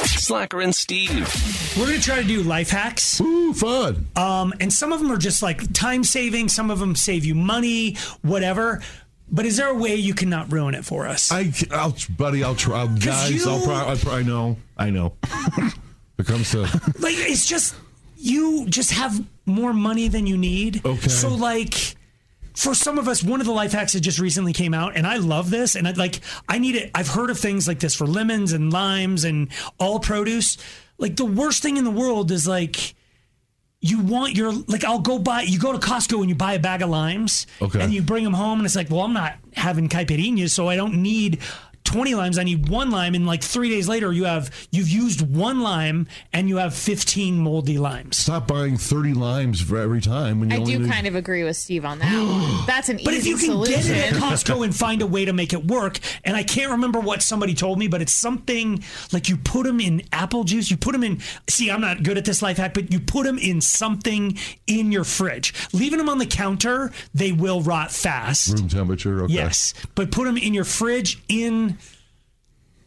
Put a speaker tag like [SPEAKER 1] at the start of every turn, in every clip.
[SPEAKER 1] Slacker and Steve.
[SPEAKER 2] We're gonna try to do life hacks.
[SPEAKER 3] Ooh, fun.
[SPEAKER 2] Um, and some of them are just like time saving. Some of them save you money, whatever. But is there a way you cannot ruin it for us?
[SPEAKER 3] I, I'll, buddy, I'll try. I'll, guys, I'll
[SPEAKER 2] you-
[SPEAKER 3] probably, I, pro- I know, I know. it comes to
[SPEAKER 2] like it's just you just have more money than you need.
[SPEAKER 3] Okay.
[SPEAKER 2] So like for some of us, one of the life hacks that just recently came out, and I love this, and I like I need it. I've heard of things like this for lemons and limes and all produce. Like the worst thing in the world is like you want your like I'll go buy you go to Costco and you buy a bag of limes
[SPEAKER 3] Okay.
[SPEAKER 2] and you bring them home and it's like well I'm not having caipirinhas so I don't need 20 limes I need one lime and like 3 days later you have you've used one lime and you have 15 moldy limes.
[SPEAKER 3] stop buying 30 limes for every time when you
[SPEAKER 4] I
[SPEAKER 3] only
[SPEAKER 4] do
[SPEAKER 3] need-
[SPEAKER 4] kind of agree with Steve on that. one. That's an
[SPEAKER 2] But if
[SPEAKER 4] easy
[SPEAKER 2] you can
[SPEAKER 4] solution.
[SPEAKER 2] get it at Costco and find a way to make it work, and I can't remember what somebody told me, but it's something like you put them in apple juice, you put them in. See, I'm not good at this life hack, but you put them in something in your fridge. Leaving them on the counter, they will rot fast.
[SPEAKER 3] room temperature. Okay.
[SPEAKER 2] Yes, but put them in your fridge in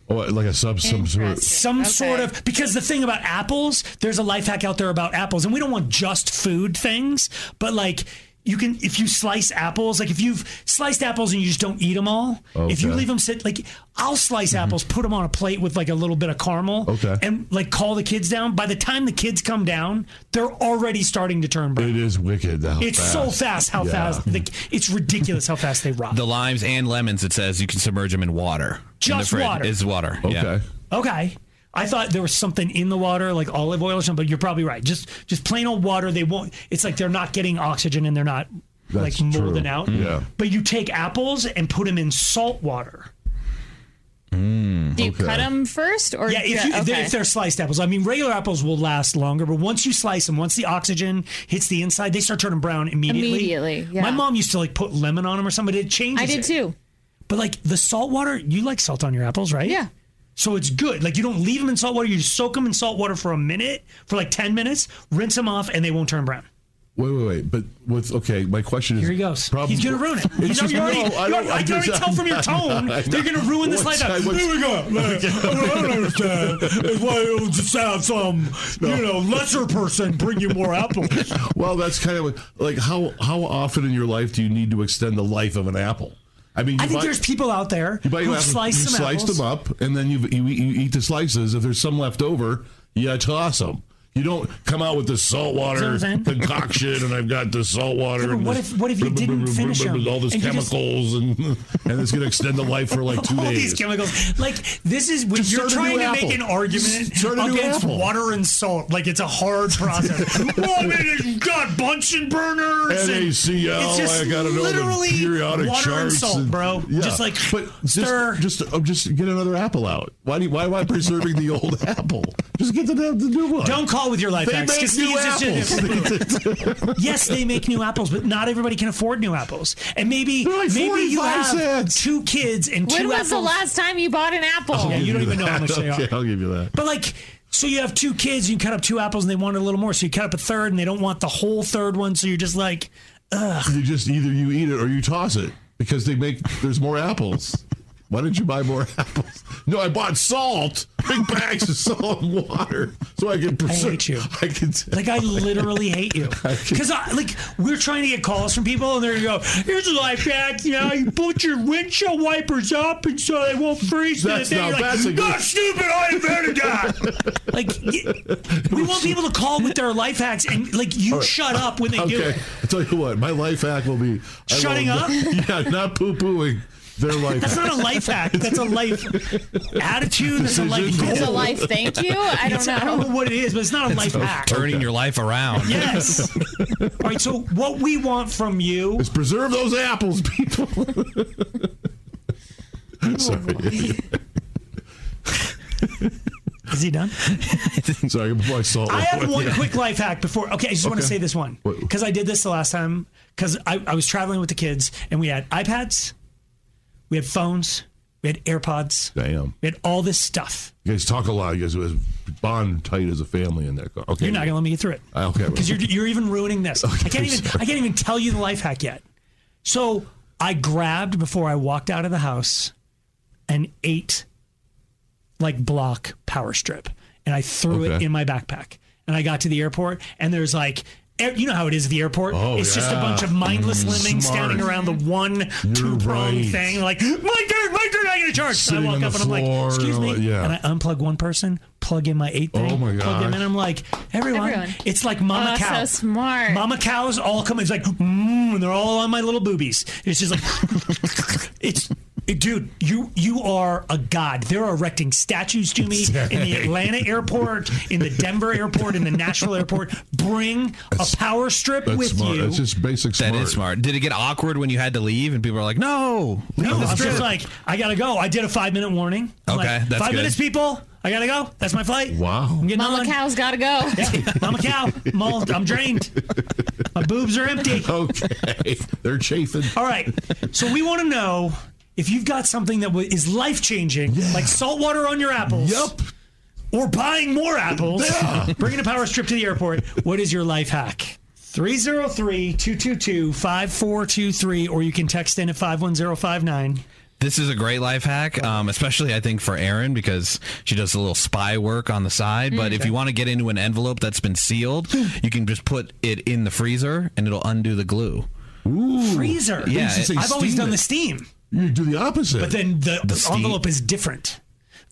[SPEAKER 3] Oh, like a sub, some sort.
[SPEAKER 4] Interesting.
[SPEAKER 2] some
[SPEAKER 4] Okay.
[SPEAKER 2] sort of because the thing about apples, there's a life hack out there about apples, and we don't want just food things, but like you can if you slice apples, like if you've sliced apples and you just don't eat them all, if you
[SPEAKER 3] Okay. Mm-hmm.
[SPEAKER 2] leave them sit, like I'll slice apples, put them on a plate with like a little bit of caramel,
[SPEAKER 3] Okay.
[SPEAKER 2] and like call the kids down. By the time the kids come down, they're already starting to turn brown.
[SPEAKER 3] It is wicked. How
[SPEAKER 2] It's
[SPEAKER 3] fast.
[SPEAKER 2] so fast how
[SPEAKER 3] Yeah.
[SPEAKER 2] fast like, it's ridiculous how fast they rot.
[SPEAKER 5] The limes and lemons, it says you can submerge them in water. in the
[SPEAKER 2] Just
[SPEAKER 5] fridge.
[SPEAKER 2] water.
[SPEAKER 5] It's water.
[SPEAKER 3] Okay.
[SPEAKER 5] Yeah.
[SPEAKER 2] Okay. I thought there was something in the water, like olive oil or something, but you're probably right. Just just plain old water, they won't it's like they're not getting oxygen and they're not
[SPEAKER 3] That's
[SPEAKER 2] like
[SPEAKER 3] true.
[SPEAKER 2] molding out.
[SPEAKER 3] Yeah.
[SPEAKER 2] But you take apples and put them in salt water.
[SPEAKER 4] Do you
[SPEAKER 3] Okay.
[SPEAKER 4] cut them first, or
[SPEAKER 2] Yeah, if,
[SPEAKER 4] ju-
[SPEAKER 2] you,
[SPEAKER 4] okay.
[SPEAKER 2] if they're sliced apples. I mean, regular apples will last longer, but once you slice them, once the oxygen hits the inside, they start turning brown immediately.
[SPEAKER 4] Immediately, yeah.
[SPEAKER 2] My mom used to like put lemon on them or something. It changes.
[SPEAKER 4] I did
[SPEAKER 2] it.
[SPEAKER 4] too.
[SPEAKER 2] But like the salt water, you like salt on your apples, right?
[SPEAKER 4] Yeah.
[SPEAKER 2] So it's good. Like you don't leave them in salt water. You just soak them in salt water for a minute, for like ten minutes, rinse them off, and they won't turn brown.
[SPEAKER 3] Wait, wait, wait. But with okay, my question is
[SPEAKER 2] Here he goes.
[SPEAKER 3] Problem,
[SPEAKER 2] He's gonna ruin it. You
[SPEAKER 3] It's
[SPEAKER 2] know,
[SPEAKER 3] just-
[SPEAKER 2] you already,
[SPEAKER 3] no,
[SPEAKER 2] you
[SPEAKER 3] I don't-
[SPEAKER 2] already, I
[SPEAKER 3] I
[SPEAKER 2] can already
[SPEAKER 3] just-
[SPEAKER 2] tell from your tone
[SPEAKER 3] I know.
[SPEAKER 2] they're gonna ruin this
[SPEAKER 3] Once
[SPEAKER 2] life.
[SPEAKER 3] I
[SPEAKER 2] out.
[SPEAKER 3] was-
[SPEAKER 2] Here we go. Like, I don't understand. It's why it would just have some, you know, lesser person bring you more apples.
[SPEAKER 3] Well, that's kind of like how how often in your life do you need to extend the life of an apple? I mean, you
[SPEAKER 2] I think
[SPEAKER 3] buy-
[SPEAKER 2] there's people out there
[SPEAKER 3] you buy
[SPEAKER 2] who
[SPEAKER 3] your apples,
[SPEAKER 2] slice
[SPEAKER 3] you
[SPEAKER 2] some
[SPEAKER 3] slice
[SPEAKER 2] apples.
[SPEAKER 3] them up, and then you, you eat- you eat the slices. If there's some left over, you toss them. You don't come out with this saltwater
[SPEAKER 2] That's what I'm saying.
[SPEAKER 3] concoction, and I've got this saltwater.
[SPEAKER 2] Yeah, but
[SPEAKER 3] and
[SPEAKER 2] what
[SPEAKER 3] this-
[SPEAKER 2] if- what if you didn't finish 'em?
[SPEAKER 3] All this
[SPEAKER 2] And you just-
[SPEAKER 3] chemicals, and and it's going to extend the life for like two
[SPEAKER 2] all
[SPEAKER 3] days.
[SPEAKER 2] these chemicals. Like this is when
[SPEAKER 3] Just
[SPEAKER 2] you're
[SPEAKER 3] start a
[SPEAKER 2] trying
[SPEAKER 3] new
[SPEAKER 2] to make
[SPEAKER 3] apple.
[SPEAKER 2] an argument
[SPEAKER 3] Just start a new
[SPEAKER 2] against
[SPEAKER 3] apple.
[SPEAKER 2] water and salt. Like it's a hard process. well, I mean, it's got bunsen burners. and-
[SPEAKER 3] NaCl.
[SPEAKER 2] It's just
[SPEAKER 3] I gotta know
[SPEAKER 2] literally
[SPEAKER 3] the periodic
[SPEAKER 2] water
[SPEAKER 3] charts
[SPEAKER 2] and salt, bro.
[SPEAKER 3] yeah.
[SPEAKER 2] Just like
[SPEAKER 3] but
[SPEAKER 2] stir.
[SPEAKER 3] Just, just, oh, just get another apple out. Why do you, why am I preserving the old apple? Just get the, the new one.
[SPEAKER 2] don't call with your life
[SPEAKER 3] they
[SPEAKER 2] hacks,
[SPEAKER 3] make
[SPEAKER 2] 'cause
[SPEAKER 3] new
[SPEAKER 2] Steve's just-
[SPEAKER 3] apples.
[SPEAKER 2] yes, they make new apples, but not everybody can afford new apples. And maybe
[SPEAKER 3] They're like
[SPEAKER 2] maybe you
[SPEAKER 3] 45
[SPEAKER 2] have
[SPEAKER 3] cents.
[SPEAKER 2] two kids and
[SPEAKER 4] When
[SPEAKER 2] two
[SPEAKER 4] was
[SPEAKER 2] apples. Oh,
[SPEAKER 4] the last time you bought an apple?
[SPEAKER 2] yeah, you don't even know how much they are.
[SPEAKER 3] okay, I'll give you that.
[SPEAKER 2] But like, so you have two kids, you cut up two apples, and they want a little more. So you cut up a third, and they don't want the whole third one. So you're just like,
[SPEAKER 3] You just either you eat it or you toss it because they make there's more apples. Why didn't you buy more apples? No, I bought salt, big bags of salt and water, so I can preserve.
[SPEAKER 2] hate you.
[SPEAKER 3] I can.
[SPEAKER 2] like I literally hate you because like we're trying to get calls from people, and they're gonna go, "Here's a life hack, you know, you put your windshield wipers up, and so they won't freeze." to the
[SPEAKER 3] That's
[SPEAKER 2] thing."
[SPEAKER 3] not-
[SPEAKER 2] You're like,
[SPEAKER 3] that's a good-
[SPEAKER 2] "Not stupid, I invented that." like y- we want people to call with their life hacks, and like you shut up when they do
[SPEAKER 3] Okay,
[SPEAKER 2] it.
[SPEAKER 3] I tell you what, my life hack will be I
[SPEAKER 2] Shutting
[SPEAKER 3] will-
[SPEAKER 2] up?
[SPEAKER 3] Yeah, not poo pooing their life.
[SPEAKER 2] That's not a life hack. That's a life attitude. That's a life.
[SPEAKER 3] Decision.
[SPEAKER 4] It's a
[SPEAKER 2] goal.
[SPEAKER 4] life. Thank you. I don't
[SPEAKER 2] I don't
[SPEAKER 4] know.
[SPEAKER 2] know what it is, but it's not a life hack.
[SPEAKER 5] Turning your life around.
[SPEAKER 2] Yes. All right. So what we want from you?
[SPEAKER 3] Just preserve those apples, people. sorry,
[SPEAKER 2] Is he done?
[SPEAKER 3] sorry, before I salt.
[SPEAKER 2] I have one quick life hack before. Okay, I just want to
[SPEAKER 3] Okay.
[SPEAKER 2] say this one
[SPEAKER 3] What-
[SPEAKER 2] because I did this the last time because I, I was traveling with the kids and we had iPads, we had phones, we had AirPods,
[SPEAKER 3] Damn,
[SPEAKER 2] we had all this stuff.
[SPEAKER 3] you guys talk a lot. You guys bond tight as a family in there. Okay,
[SPEAKER 2] You're not gonna let me get through it.
[SPEAKER 3] Uh, okay.
[SPEAKER 2] Because you're you're even ruining this. I can't even I can't even tell you the life hack yet. So I grabbed before I walked out of the house an eight like block power strip. and I threw it
[SPEAKER 3] Okay.
[SPEAKER 2] in my backpack. And I got to the airport, and there's like, eh, you know how it is at the airport.
[SPEAKER 3] Oh,
[SPEAKER 2] it's just a
[SPEAKER 3] yeah. Mm,
[SPEAKER 2] bunch of mindless lemmings
[SPEAKER 3] smart.
[SPEAKER 2] standing around the one two prong
[SPEAKER 3] right.
[SPEAKER 2] thing, like my turn, my turn, I get a charge. So I
[SPEAKER 3] Sitting
[SPEAKER 2] walk
[SPEAKER 3] on
[SPEAKER 2] up
[SPEAKER 3] the
[SPEAKER 2] and I'm like,
[SPEAKER 3] floor
[SPEAKER 2] excuse
[SPEAKER 3] and all
[SPEAKER 2] me,
[SPEAKER 3] that, yeah.
[SPEAKER 2] and I unplug one person, plug in my eight thing,
[SPEAKER 3] Oh, my
[SPEAKER 2] plug them
[SPEAKER 3] gosh.
[SPEAKER 2] in. I'm like, everyone,
[SPEAKER 4] Everyone.
[SPEAKER 2] it's like mama
[SPEAKER 4] Oh,
[SPEAKER 2] cow,
[SPEAKER 4] so smart.
[SPEAKER 2] mama cows all come. It's like, mmm, and they're all on my little boobies. It's just like, it's. Dude, you you are a god. They're erecting statues to me in the Atlanta airport, in the Denver airport, in the Nashville airport. Bring a power strip
[SPEAKER 3] That's
[SPEAKER 2] with
[SPEAKER 3] smart.
[SPEAKER 2] you.
[SPEAKER 3] That's just basic smart.
[SPEAKER 5] That is smart. Did it get awkward when you had to leave and people were like, no, leave
[SPEAKER 2] No,
[SPEAKER 5] the
[SPEAKER 2] I'm
[SPEAKER 5] strip?
[SPEAKER 2] just like, I gotta go. I did a five minute warning. I'm
[SPEAKER 5] Okay,
[SPEAKER 2] like,
[SPEAKER 5] that's
[SPEAKER 2] five
[SPEAKER 5] good.
[SPEAKER 2] minutes, people. I gotta go. That's my flight.
[SPEAKER 3] Wow.
[SPEAKER 2] I'm getting
[SPEAKER 4] Mama
[SPEAKER 2] on.
[SPEAKER 4] cow's got to go.
[SPEAKER 2] Yeah, Mama cow. I'm, all, I'm drained. My boobs are empty.
[SPEAKER 3] Okay. They're chafing.
[SPEAKER 2] All right. So we want to know if you've got something that w- is life changing, like salt water on your apples.
[SPEAKER 3] Yep.
[SPEAKER 2] Or buying more apples. Bringing a power strip to the airport. What is your life hack? 303 222 5423, or you can text in at 51059.
[SPEAKER 5] This is a great life hack, um, especially I think for Erin because she does a little spy work on the side. But if you want to get into an envelope that's been sealed, you can just put it in the freezer and it'll undo the glue.
[SPEAKER 2] Freezer.
[SPEAKER 5] Yeah,
[SPEAKER 3] should say
[SPEAKER 2] I've always
[SPEAKER 3] steam
[SPEAKER 2] done
[SPEAKER 3] it.
[SPEAKER 2] the steam.
[SPEAKER 3] You do the opposite.
[SPEAKER 2] But then the,
[SPEAKER 5] steam-
[SPEAKER 2] envelope is different.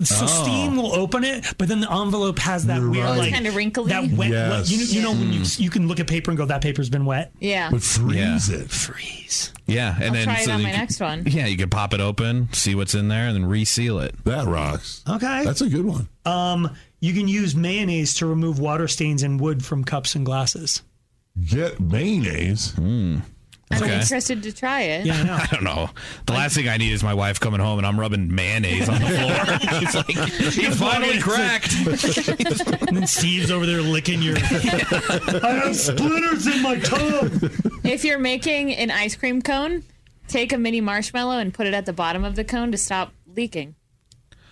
[SPEAKER 2] So steam will open it, but then the envelope has that
[SPEAKER 3] You're
[SPEAKER 2] weird,
[SPEAKER 3] right.
[SPEAKER 2] like
[SPEAKER 4] Oh, Kinda wrinkly.
[SPEAKER 2] That wet,
[SPEAKER 3] Yes.
[SPEAKER 2] wet- you, know, you know when you you can look at paper and go, that paper's been wet.
[SPEAKER 4] Yeah.
[SPEAKER 3] But freeze it.
[SPEAKER 2] Freeze.
[SPEAKER 5] Yeah, and then
[SPEAKER 4] try it on
[SPEAKER 5] you
[SPEAKER 4] my
[SPEAKER 5] can-
[SPEAKER 4] next one.
[SPEAKER 5] Yeah, you can pop it open, see what's in there, and then reseal it.
[SPEAKER 3] That rocks.
[SPEAKER 2] Okay.
[SPEAKER 3] That's a good one.
[SPEAKER 2] You can use mayonnaise to remove water stains and wood from cups and glasses.
[SPEAKER 3] Get mayonnaise.
[SPEAKER 4] I'm
[SPEAKER 5] Okay.
[SPEAKER 4] interested to try it.
[SPEAKER 2] Yeah, I know.
[SPEAKER 5] I don't know. The last thing I need is my wife coming home and I'm rubbing mayonnaise on the floor. She's like, he finally cracked.
[SPEAKER 2] and then Steve's over there licking your. I have splinters in my tongue.
[SPEAKER 4] If you're making an ice cream cone, take a mini marshmallow and put it at the bottom of the cone to stop leaking.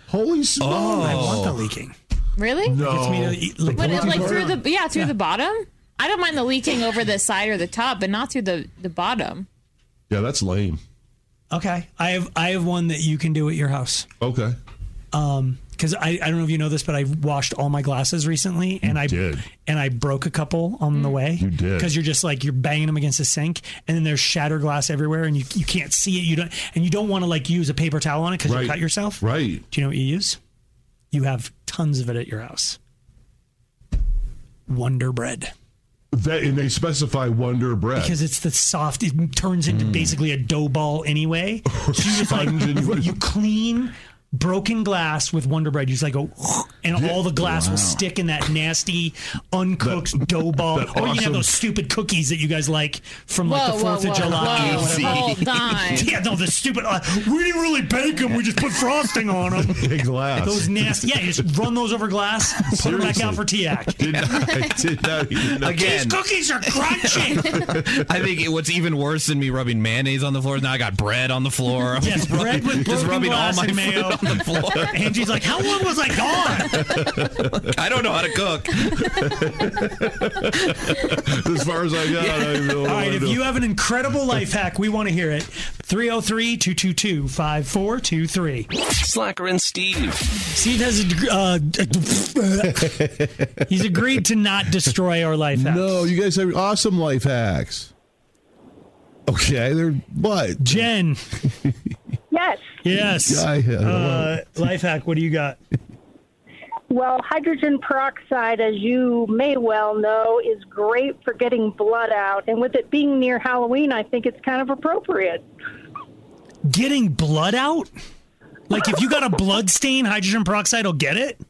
[SPEAKER 3] Holy smokes.
[SPEAKER 2] I want the leaking.
[SPEAKER 4] Really?
[SPEAKER 3] No.
[SPEAKER 2] Oh. Gets me to eat- like,
[SPEAKER 4] But
[SPEAKER 2] want
[SPEAKER 4] it,
[SPEAKER 2] to
[SPEAKER 4] like
[SPEAKER 2] burn.
[SPEAKER 4] through the yeah through the bottom. I don't mind the leaking over the side or the top, but not through the the bottom.
[SPEAKER 3] Yeah, that's lame.
[SPEAKER 2] Okay, I have I have one that you can do at your house.
[SPEAKER 3] Okay.
[SPEAKER 2] because I, I don't know if you know this, but I washed all my glasses recently, and I
[SPEAKER 3] did.
[SPEAKER 2] and I broke a couple on the way. You
[SPEAKER 3] did.
[SPEAKER 2] because you're just like you're banging them against the sink, and then there's shattered glass everywhere, and you you can't see it. You don't and you don't want to like use a paper towel on it because you
[SPEAKER 3] Right.
[SPEAKER 2] cut yourself.
[SPEAKER 3] Right.
[SPEAKER 2] Do you know what you use? You have tons of it at your house. Wonder bread.
[SPEAKER 3] That and they specify Wonder Bread.
[SPEAKER 2] Because it's the soft, it turns into
[SPEAKER 3] Mm.
[SPEAKER 2] basically a dough ball anyway. So you just like
[SPEAKER 3] Sponge and-
[SPEAKER 2] you, you clean broken glass with Wonder Bread. You just like go, and all the glass will stick in that nasty uncooked dough ball.
[SPEAKER 3] that
[SPEAKER 2] Or you can have
[SPEAKER 3] awesome-
[SPEAKER 2] those stupid cookies that you guys like from
[SPEAKER 4] Whoa,
[SPEAKER 2] like the
[SPEAKER 4] whoa,
[SPEAKER 2] Fourth
[SPEAKER 4] whoa,
[SPEAKER 2] of July. or
[SPEAKER 4] whoa,
[SPEAKER 2] whatever.
[SPEAKER 4] hold on.
[SPEAKER 2] Yeah, no, the stupid. Uh, we didn't really bake them. We just put frosting on them.
[SPEAKER 3] Big glass.
[SPEAKER 2] Those nasty. Yeah, you just run those over glass, put them back out
[SPEAKER 3] Seriously.
[SPEAKER 2] for TAC.
[SPEAKER 3] did not, I did not even know.
[SPEAKER 5] Again,
[SPEAKER 2] These cookies are crunchy.
[SPEAKER 5] I think it, what's even worse than me rubbing mayonnaise on the floor is now I got bread on the floor. I'm
[SPEAKER 2] Yes, bread with
[SPEAKER 5] just
[SPEAKER 2] broken
[SPEAKER 5] rubbing all
[SPEAKER 2] glass
[SPEAKER 5] my
[SPEAKER 2] and
[SPEAKER 5] food
[SPEAKER 2] mayo.
[SPEAKER 5] on the floor.
[SPEAKER 2] Angie's like, how long was I gone?
[SPEAKER 5] I don't know how to cook.
[SPEAKER 3] As far as I got, I don't know.
[SPEAKER 2] All
[SPEAKER 3] what
[SPEAKER 2] right,
[SPEAKER 3] to
[SPEAKER 2] if
[SPEAKER 3] do.
[SPEAKER 2] you have an incredible life hack, we want to hear it. 303 222 5423.
[SPEAKER 1] Slacker and Steve.
[SPEAKER 2] Steve has a. deg- Uh, he's agreed to not destroy our life hack.
[SPEAKER 3] no, you guys have awesome life hacks. Okay, they're what?
[SPEAKER 2] Jen,
[SPEAKER 6] Yes.
[SPEAKER 2] yes.
[SPEAKER 3] I,
[SPEAKER 2] Uh, life hack, what do you got?
[SPEAKER 6] Well, hydrogen peroxide, as you may well know, is great for getting blood out. And with it being near Halloween, I think it's kind of appropriate.
[SPEAKER 2] Getting blood out? Like if you got a blood stain, hydrogen peroxide will get it?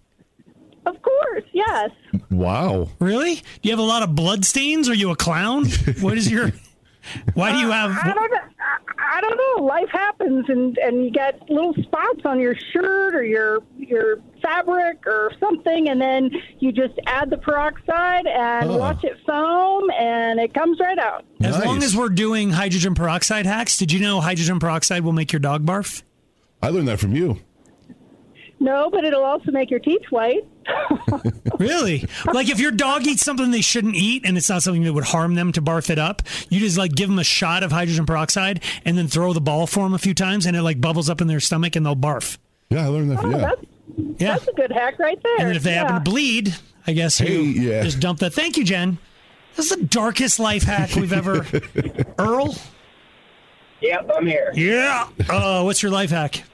[SPEAKER 6] Of course, yes.
[SPEAKER 3] wow.
[SPEAKER 2] Really? Do you have a lot of blood stains? Are you a clown? What is your. Why do you have.
[SPEAKER 6] Uh, I don't know. I I don't know. Life happens, and and you get little spots on your shirt or your your fabric or something, and then you just add the peroxide and
[SPEAKER 3] Oh.
[SPEAKER 6] watch it foam, and it comes right out.
[SPEAKER 2] As
[SPEAKER 3] Nice.
[SPEAKER 2] long as we're doing hydrogen peroxide hacks, did you know hydrogen peroxide will make your dog barf?
[SPEAKER 3] I learned that from you.
[SPEAKER 6] No, but it'll also make your teeth white.
[SPEAKER 2] Really? like if your dog eats something they shouldn't eat and it's not something that would harm them to barf it up, you just like give them a shot of hydrogen peroxide and then throw the ball for them a few times and it like bubbles up in their stomach and they'll barf.
[SPEAKER 3] Yeah, I learned that from
[SPEAKER 6] Oh,
[SPEAKER 3] you.
[SPEAKER 6] that's
[SPEAKER 2] Yeah.
[SPEAKER 6] That's a good hack right there.
[SPEAKER 2] And then if they
[SPEAKER 6] yeah.
[SPEAKER 2] happen to bleed, I guess you
[SPEAKER 3] Hey, yeah.
[SPEAKER 2] just dump that. Thank you, Jen. This is the darkest life hack we've ever. Earl?
[SPEAKER 7] Yep, I'm here.
[SPEAKER 2] Yeah. Uh, what's your life hack?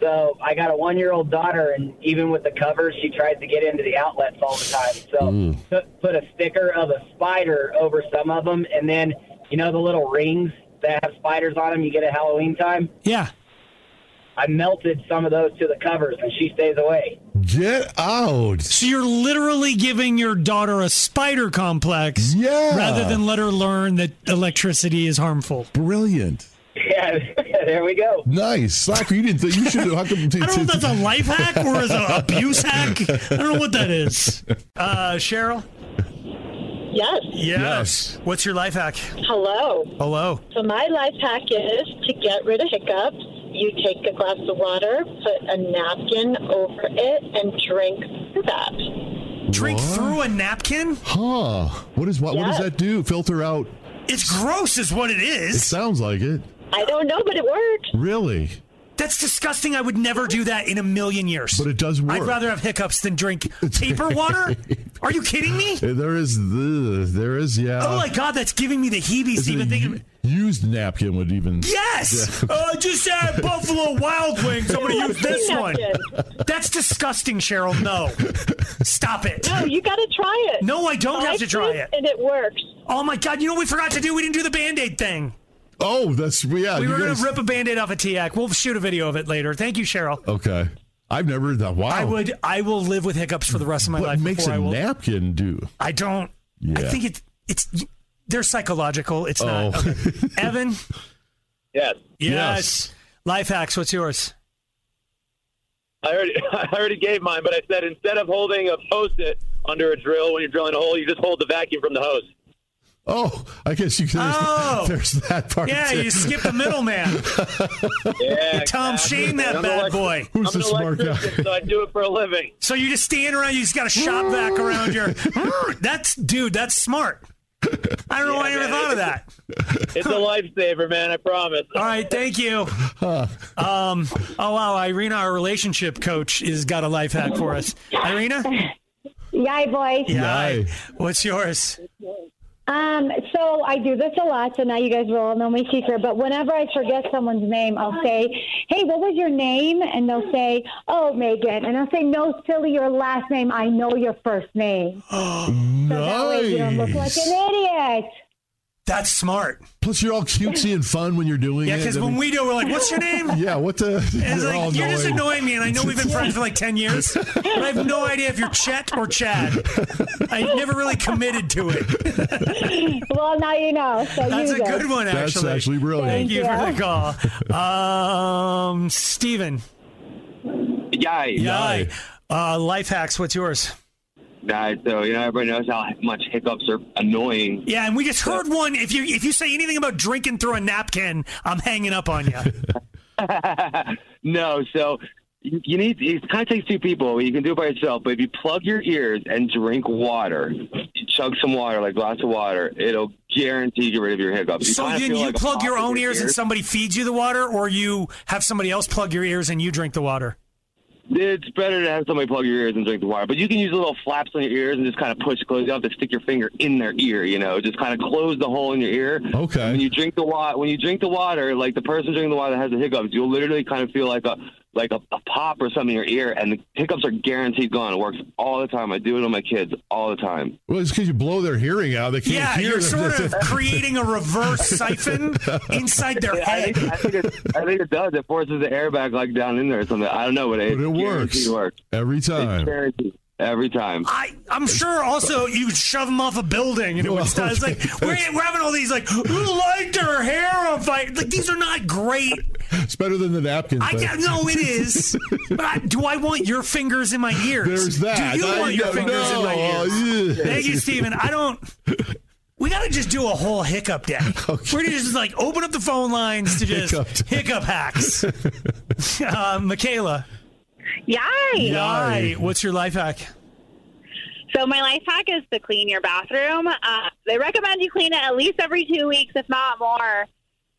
[SPEAKER 7] So I got a one year old daughter, and even with the covers, she tries to get into the outlets all the time. So put, put a sticker of a spider over some of them, and then you know the little rings that have spiders on them you get at Halloween time.
[SPEAKER 2] Yeah.
[SPEAKER 7] I melted some of those to the covers, and she stays away.
[SPEAKER 3] Get out.
[SPEAKER 2] So you're literally giving your daughter a spider complex
[SPEAKER 3] Yeah.
[SPEAKER 2] rather than let her learn that electricity is harmful.
[SPEAKER 3] Brilliant.
[SPEAKER 7] Yeah, there we go.
[SPEAKER 3] Nice. Slacker, you didn't think you should have.
[SPEAKER 2] I don't know if that's a life hack or is an abuse hack. I don't know what that is. Uh, Cheryl?
[SPEAKER 8] Yes.
[SPEAKER 3] Yes.
[SPEAKER 2] What's your life hack?
[SPEAKER 8] Hello.
[SPEAKER 2] Hello.
[SPEAKER 8] So my life hack is to get rid of hiccups. You take a glass of water, put a napkin over it, and drink through that.
[SPEAKER 2] Drink
[SPEAKER 3] What?
[SPEAKER 2] through a napkin?
[SPEAKER 3] Huh. What is what? What does
[SPEAKER 8] Yeah.
[SPEAKER 3] that do? Filter out.
[SPEAKER 2] It's gross, is what it
[SPEAKER 3] It
[SPEAKER 2] is.
[SPEAKER 3] sounds like it.
[SPEAKER 8] I don't know, but it worked.
[SPEAKER 3] Really.
[SPEAKER 2] That's disgusting. I would never do that in a million years.
[SPEAKER 3] But it does work.
[SPEAKER 2] I'd rather have hiccups than drink paper water. Are you kidding me?
[SPEAKER 3] Eh, There is the. There is yeah.
[SPEAKER 2] Oh my god, that's giving me the heebies
[SPEAKER 3] Is
[SPEAKER 2] to
[SPEAKER 3] it
[SPEAKER 2] even
[SPEAKER 3] a
[SPEAKER 2] think of
[SPEAKER 3] u-
[SPEAKER 2] it.
[SPEAKER 3] used napkin would even.
[SPEAKER 2] Yes! Oh, I just had Buffalo Wild Wings. I'm going to use this one.
[SPEAKER 8] Napkin.
[SPEAKER 2] That's disgusting, Cheryl. No. Stop it.
[SPEAKER 8] No, you got to try it.
[SPEAKER 2] No, I don't have to try
[SPEAKER 8] did,
[SPEAKER 2] it.
[SPEAKER 8] And it works.
[SPEAKER 2] Oh my god, you know what we forgot to do? We didn't do the band aid thing.
[SPEAKER 3] Oh, that's yeah.
[SPEAKER 2] We
[SPEAKER 3] you
[SPEAKER 2] were going
[SPEAKER 3] guys-
[SPEAKER 2] to rip a band aid off a TAC. We'll shoot a video of it later. Thank you, Cheryl.
[SPEAKER 3] Okay. I've never that. Wow.
[SPEAKER 2] I would. I will live with hiccups for the rest of my
[SPEAKER 3] Oh. What
[SPEAKER 2] life.
[SPEAKER 3] makes
[SPEAKER 2] before
[SPEAKER 3] a
[SPEAKER 2] I will.
[SPEAKER 3] napkin do?
[SPEAKER 2] I don't. I
[SPEAKER 3] Yeah.
[SPEAKER 2] think it's it's they're psychological. It's not.
[SPEAKER 3] Oh.
[SPEAKER 2] Okay. Evan. Yes. yes.
[SPEAKER 3] Yes.
[SPEAKER 2] Life hacks. What's yours?
[SPEAKER 9] I already, I already gave mine, but I said instead of holding a post-it under a drill when you're drilling a hole, you just hold the vacuum from the hose.
[SPEAKER 3] Oh, I guess you can.
[SPEAKER 2] Oh.
[SPEAKER 3] There's that part.
[SPEAKER 2] Yeah,
[SPEAKER 3] too.
[SPEAKER 2] you skip the middleman.
[SPEAKER 9] Yeah,
[SPEAKER 2] Tom Shane, that
[SPEAKER 9] I'm
[SPEAKER 2] bad
[SPEAKER 9] elect-
[SPEAKER 2] boy.
[SPEAKER 3] Who's
[SPEAKER 9] I'm
[SPEAKER 3] the
[SPEAKER 9] an
[SPEAKER 3] smart guy?
[SPEAKER 9] electrician, so I do it for a living.
[SPEAKER 2] So you just stand around. You just got a shop vac around your. That's dude. That's smart. I don't know why I never
[SPEAKER 9] man,
[SPEAKER 2] thought of
[SPEAKER 9] it's-
[SPEAKER 2] that.
[SPEAKER 9] It's a lifesaver, man. I promise.
[SPEAKER 2] All right, thank you. Um, oh wow, Irina, our relationship coach, has got a life hack for us. Irina,
[SPEAKER 10] Yay, boy.
[SPEAKER 3] Yay.
[SPEAKER 2] what's yours?
[SPEAKER 10] Um, so I do this a lot, so now you guys will all know my secret. But whenever I forget someone's name, I'll say, "Hey, what was your name?" And they'll say, "Oh, Megan." And I'll say, "No, silly, your last name. I know your first name." So that way you don't look like
[SPEAKER 3] Nice.
[SPEAKER 10] an idiot.
[SPEAKER 2] That's smart.
[SPEAKER 3] Plus, you're all cutesy and fun when you're doing
[SPEAKER 2] Yeah,
[SPEAKER 3] it.
[SPEAKER 2] because
[SPEAKER 3] I
[SPEAKER 2] when
[SPEAKER 3] mean,
[SPEAKER 2] we do, we're like, "What's your name?" And
[SPEAKER 3] yeah, what the?
[SPEAKER 2] It's
[SPEAKER 3] You're all
[SPEAKER 2] like you're just
[SPEAKER 3] annoying.
[SPEAKER 2] annoying me, and I know we've been friends for like ten years, but I have no idea if you're Chet or Chad. I never really committed to it.
[SPEAKER 10] Well, now you know. So
[SPEAKER 2] That's
[SPEAKER 10] use
[SPEAKER 2] a
[SPEAKER 10] it.
[SPEAKER 2] good one,
[SPEAKER 3] That's
[SPEAKER 2] actually.
[SPEAKER 3] actually, brilliant.
[SPEAKER 2] Thank you for the call, um, Steven.
[SPEAKER 9] Yeah.
[SPEAKER 2] Yay. Uh, life hacks. What's yours?
[SPEAKER 9] So you know, everybody knows how much hiccups are annoying.
[SPEAKER 2] Yeah, and we just heard one. If you if you say anything about drinking through a napkin, I'm hanging up on you.
[SPEAKER 9] No, so you you need it kind of takes two people. You can do it by yourself, but if you plug your ears and drink water, chug some water, like a glass of water, it'll guarantee get rid of your hiccups.
[SPEAKER 2] so
[SPEAKER 9] kinda
[SPEAKER 2] then
[SPEAKER 9] feel
[SPEAKER 2] you
[SPEAKER 9] like a
[SPEAKER 2] plug
[SPEAKER 9] pop
[SPEAKER 2] your
[SPEAKER 9] in
[SPEAKER 2] own ears and somebody feeds you the water, or you have somebody else plug your ears and you drink the water.
[SPEAKER 9] It's better to have somebody plug your ears and drink the water, but you can use little flaps on your ears and just kind of push close. You don't have to stick your finger in their ear, you know. Just kind of close the hole in your ear.
[SPEAKER 3] Okay.
[SPEAKER 9] And when you drink the water, when you drink the water, like the person drinking the water that has the hiccups, you'll literally kind of feel like a like a, a pop or something in your ear, and the hiccups are guaranteed gone. It works all the time. I do it on my kids all the time.
[SPEAKER 3] Well, it's because you blow their hearing out. They can't
[SPEAKER 2] Yeah,
[SPEAKER 3] hear.
[SPEAKER 2] you're sort
[SPEAKER 3] them.
[SPEAKER 2] of creating a reverse siphon inside their
[SPEAKER 9] I
[SPEAKER 2] head.
[SPEAKER 9] think, I think it, I think it does. It forces the airbag like down in there or something. I don't know, but it,
[SPEAKER 3] But it works.
[SPEAKER 9] guaranteed works.
[SPEAKER 3] every
[SPEAKER 9] It's
[SPEAKER 3] time.
[SPEAKER 9] guaranteed every time.
[SPEAKER 2] I, I'm sure also you would shove them off a building and it would stop. It's like, we're, we're having all these like, who liked her hair on fire? Like, these are not great
[SPEAKER 3] It's better than the napkin.
[SPEAKER 2] I
[SPEAKER 3] thing.
[SPEAKER 2] got, no, it is. But I, do I want your fingers in my ears?
[SPEAKER 3] There's that.
[SPEAKER 2] Do you
[SPEAKER 3] I
[SPEAKER 2] want your
[SPEAKER 3] don't
[SPEAKER 2] fingers in my
[SPEAKER 3] know.
[SPEAKER 2] ears?
[SPEAKER 3] Oh, yeah.
[SPEAKER 2] Thank you, Steven. I don't. We got to just do a whole hiccup day. We're gonna just like open up the phone lines to just
[SPEAKER 3] Hiccup
[SPEAKER 2] hiccup,
[SPEAKER 3] day.
[SPEAKER 2] hacks. uh, Michaela,
[SPEAKER 8] Yay.
[SPEAKER 2] hi. What's your life hack?
[SPEAKER 8] So my life hack is to clean your bathroom. Uh, they recommend you clean it at least every two weeks, if not more.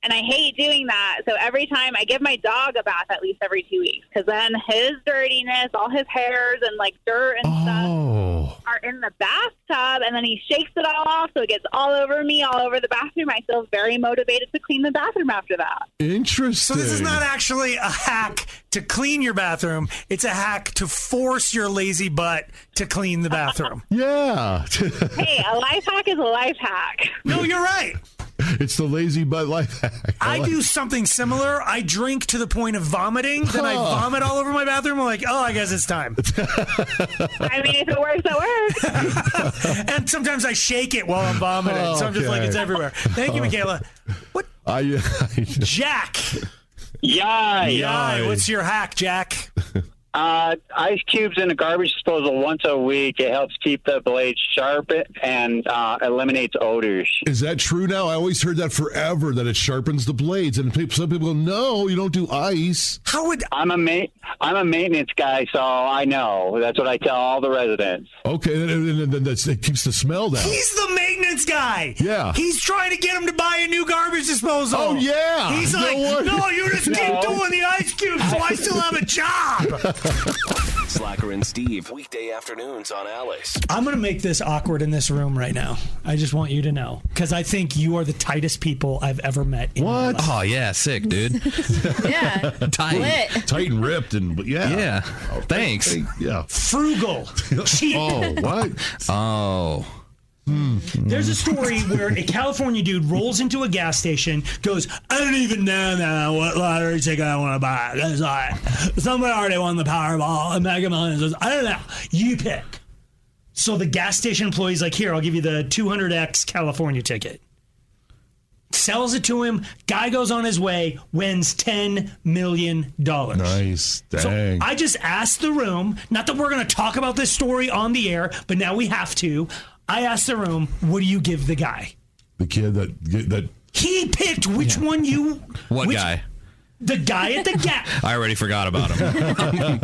[SPEAKER 11] and I hate doing that. So every time I give my dog a bath at least every two weeks, because then his dirtiness, all his hairs and like dirt and
[SPEAKER 10] Oh.
[SPEAKER 3] Oh,
[SPEAKER 11] stuff are in the bathtub, and then he shakes it all off, so it gets all over me, all over the bathroom. I feel very motivated to clean the bathroom after that.
[SPEAKER 3] Interesting.
[SPEAKER 2] So this is not actually a hack to clean your bathroom. It's a hack to force your lazy butt to clean the bathroom.
[SPEAKER 3] Yeah.
[SPEAKER 11] hey, a life hack is a life hack.
[SPEAKER 2] No, you're right.
[SPEAKER 3] it's the lazy butt life hack.
[SPEAKER 2] I do something similar. I drink to the point of vomiting, then I
[SPEAKER 3] Huh.
[SPEAKER 2] vomit all over my bathroom. I'm like, oh, I guess it's time.
[SPEAKER 11] I mean, if it works, it works.
[SPEAKER 2] and sometimes I shake it while I'm vomiting. So I'm just like,
[SPEAKER 3] Okay.
[SPEAKER 2] it's everywhere. Thank you, Michaela.
[SPEAKER 3] I,
[SPEAKER 2] Jack.
[SPEAKER 12] Yai.
[SPEAKER 2] Yai. What's your hack, Jack?
[SPEAKER 12] Uh, ice cubes in a garbage disposal once a week. It helps keep the blade sharp and uh, eliminates odors.
[SPEAKER 3] Is that true now? I always heard that forever that it sharpens the blades, and pe- some people go, "No, you don't do ice."
[SPEAKER 2] How would
[SPEAKER 12] I'm a ma- I'm a maintenance guy, so I know. That's what I tell all the residents.
[SPEAKER 3] Okay, and, and, and, and that's, it keeps the smell down.
[SPEAKER 2] He's the maintenance guy.
[SPEAKER 3] Yeah.
[SPEAKER 2] He's trying to get him to buy a new garbage disposal.
[SPEAKER 3] Oh, yeah.
[SPEAKER 2] He's
[SPEAKER 3] No
[SPEAKER 2] like,
[SPEAKER 3] wonder.
[SPEAKER 2] no, you just
[SPEAKER 3] No.
[SPEAKER 2] keep doing the ice cubes, so I still have a job.
[SPEAKER 1] Slacker and Steve, weekday afternoons on Alice.
[SPEAKER 2] I'm going to make this awkward in this room right now. I just want you to know because I think you are the tightest people I've ever met. In what?
[SPEAKER 5] Oh yeah, sick, dude.
[SPEAKER 4] yeah.
[SPEAKER 5] Tight.
[SPEAKER 4] Lit.
[SPEAKER 3] Tight and ripped, and yeah,
[SPEAKER 5] yeah. Oh, Thanks.
[SPEAKER 3] yeah.
[SPEAKER 2] Frugal. Cheap.
[SPEAKER 3] Oh, what?
[SPEAKER 5] Oh.
[SPEAKER 2] There's a story where a California dude rolls into a gas station, goes, I don't even know now what lottery ticket I want to buy. That's all right. Somebody already won the Powerball and Mega Millions. Goes, I don't know. You pick. So the gas station employee's like, here, I'll give you the 200X California ticket. Sells it to him. Guy goes on his way, wins $10 million.
[SPEAKER 3] Nice.
[SPEAKER 2] So
[SPEAKER 3] Dang.
[SPEAKER 2] I just asked the room, not that we're going to talk about this story on the air, but now we have to. I asked the room, what do you give the guy?
[SPEAKER 3] the kid that that
[SPEAKER 2] He picked which one you,
[SPEAKER 5] What
[SPEAKER 2] Which-
[SPEAKER 5] guy?
[SPEAKER 2] the guy at the gas.
[SPEAKER 5] I already forgot about him.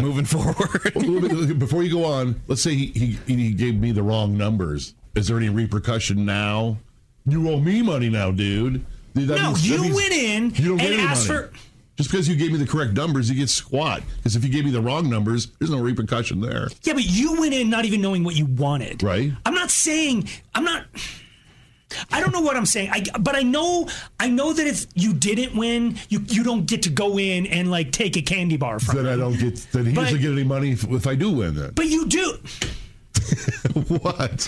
[SPEAKER 5] Moving forward.
[SPEAKER 3] Well, let me- Before you go on, let's say he, he he gave me the wrong numbers. Is there any repercussion now? You owe me money now, dude. Dude, that
[SPEAKER 2] No,
[SPEAKER 3] that
[SPEAKER 2] you went in
[SPEAKER 3] you don't get
[SPEAKER 2] and
[SPEAKER 3] any
[SPEAKER 2] asked
[SPEAKER 3] money.
[SPEAKER 2] for-
[SPEAKER 3] Just because you gave me the correct numbers, you get squat. Because if you gave me the wrong numbers, there's no repercussion there,
[SPEAKER 2] Yeah, but you went in not even knowing what you wanted.
[SPEAKER 3] right?
[SPEAKER 2] I'm not saying I'm not. I don't know what I'm saying, I, but I know I know that if you didn't win, you you don't get to go in and like take a candy bar from.
[SPEAKER 3] Then I don't get. Then he
[SPEAKER 2] But-
[SPEAKER 3] doesn't get any money if, if I do win. Then
[SPEAKER 2] But you do
[SPEAKER 3] what?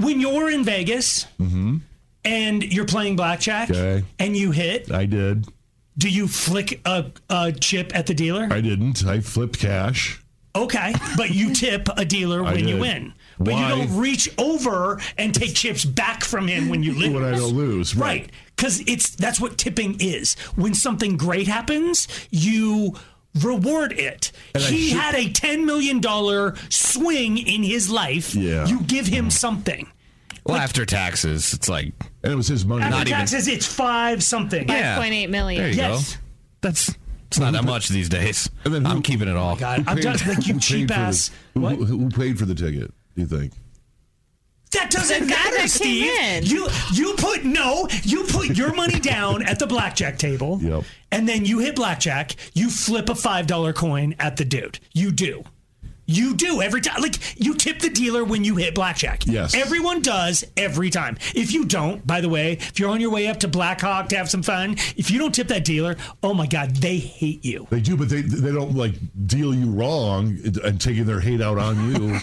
[SPEAKER 2] when you're in Vegas and you're playing blackjack
[SPEAKER 3] Mm-hmm. Okay.
[SPEAKER 2] and you hit.
[SPEAKER 3] I did.
[SPEAKER 2] Do you flick a, a chip at the dealer?
[SPEAKER 3] I didn't. I flipped cash.
[SPEAKER 2] Okay, but you tip a dealer
[SPEAKER 3] I
[SPEAKER 2] when you
[SPEAKER 3] did.
[SPEAKER 2] win. But
[SPEAKER 3] Why?
[SPEAKER 2] you don't reach over and take chips back from him when you lose.
[SPEAKER 3] When I don't lose, right?
[SPEAKER 2] right? Because it's that's what tipping is. When something great happens, you reward it.
[SPEAKER 3] And I
[SPEAKER 2] he
[SPEAKER 3] should-
[SPEAKER 2] had a ten million dollar swing in his life.
[SPEAKER 3] Yeah.
[SPEAKER 2] you give him something.
[SPEAKER 5] Well, after taxes, it's like
[SPEAKER 3] And it was his money.
[SPEAKER 2] After
[SPEAKER 5] Not even-
[SPEAKER 2] taxes, it's five something.
[SPEAKER 5] yeah.
[SPEAKER 4] 5.8 million.
[SPEAKER 5] There you
[SPEAKER 2] Yes.
[SPEAKER 5] go. That's it's not that much these days. I'm keeping it all.
[SPEAKER 2] God, I'm
[SPEAKER 3] Who
[SPEAKER 2] just
[SPEAKER 3] paid-
[SPEAKER 2] like you
[SPEAKER 3] who paid
[SPEAKER 2] cheap
[SPEAKER 3] for the-
[SPEAKER 2] ass.
[SPEAKER 3] Who,
[SPEAKER 2] What?
[SPEAKER 3] who- who paid for the ticket? Do you think?
[SPEAKER 2] That doesn't
[SPEAKER 4] The guy
[SPEAKER 2] matter,
[SPEAKER 4] that came
[SPEAKER 2] Steve.
[SPEAKER 4] in.
[SPEAKER 2] You you put no, you put your money down at the blackjack table,
[SPEAKER 3] Yep.
[SPEAKER 2] and then you hit blackjack. You flip a five dollar coin at the dude. You do. You do every time. Like you tip the dealer when you hit blackjack.
[SPEAKER 3] Yes.
[SPEAKER 2] Everyone does every time. If you don't, by the way, if you're on your way up to Blackhawk to have some fun, if you don't tip that dealer, oh my God, they hate you.
[SPEAKER 3] They do, but they they don't like deal you wrong and taking their hate out on you,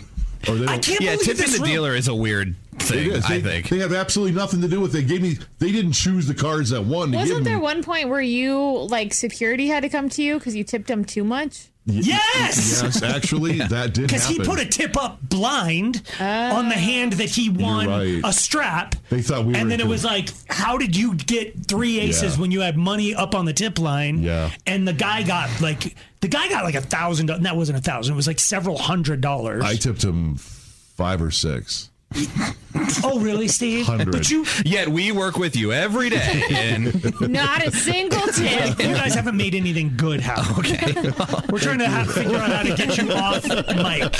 [SPEAKER 3] or they don't.
[SPEAKER 2] I can't
[SPEAKER 5] Yeah,
[SPEAKER 2] believe
[SPEAKER 5] tipping
[SPEAKER 2] this
[SPEAKER 5] the
[SPEAKER 2] room-
[SPEAKER 5] dealer is a weird
[SPEAKER 3] It
[SPEAKER 5] thing.
[SPEAKER 3] is. They,
[SPEAKER 5] I think.
[SPEAKER 3] they have absolutely nothing to do with. It. They gave me. They didn't choose the cards that won. To
[SPEAKER 4] Wasn't
[SPEAKER 3] give
[SPEAKER 4] there
[SPEAKER 3] me.
[SPEAKER 4] one point where you, like, security had to come to you because you tipped him too much?
[SPEAKER 2] Yes.
[SPEAKER 3] Yes, actually, that did
[SPEAKER 2] Because
[SPEAKER 3] happen.
[SPEAKER 2] he put a tip up blind on the hand that he won
[SPEAKER 3] right.
[SPEAKER 2] a strap.
[SPEAKER 3] They thought we were
[SPEAKER 2] and then it
[SPEAKER 3] gonna-
[SPEAKER 2] was like, how did you get three aces
[SPEAKER 3] Yeah.
[SPEAKER 2] when you had money up on the tip line?
[SPEAKER 3] Yeah.
[SPEAKER 2] And the guy got like the guy got like a thousand. That wasn't a thousand. It was like several hundred dollars.
[SPEAKER 3] I tipped him five or six.
[SPEAKER 2] oh, really, Steve? But you,
[SPEAKER 5] Yet we work with you every day. And
[SPEAKER 4] Not a single
[SPEAKER 2] you
[SPEAKER 4] tip.
[SPEAKER 2] guys haven't made anything good happen. Okay. We're trying to have, figure out how to get you off mic.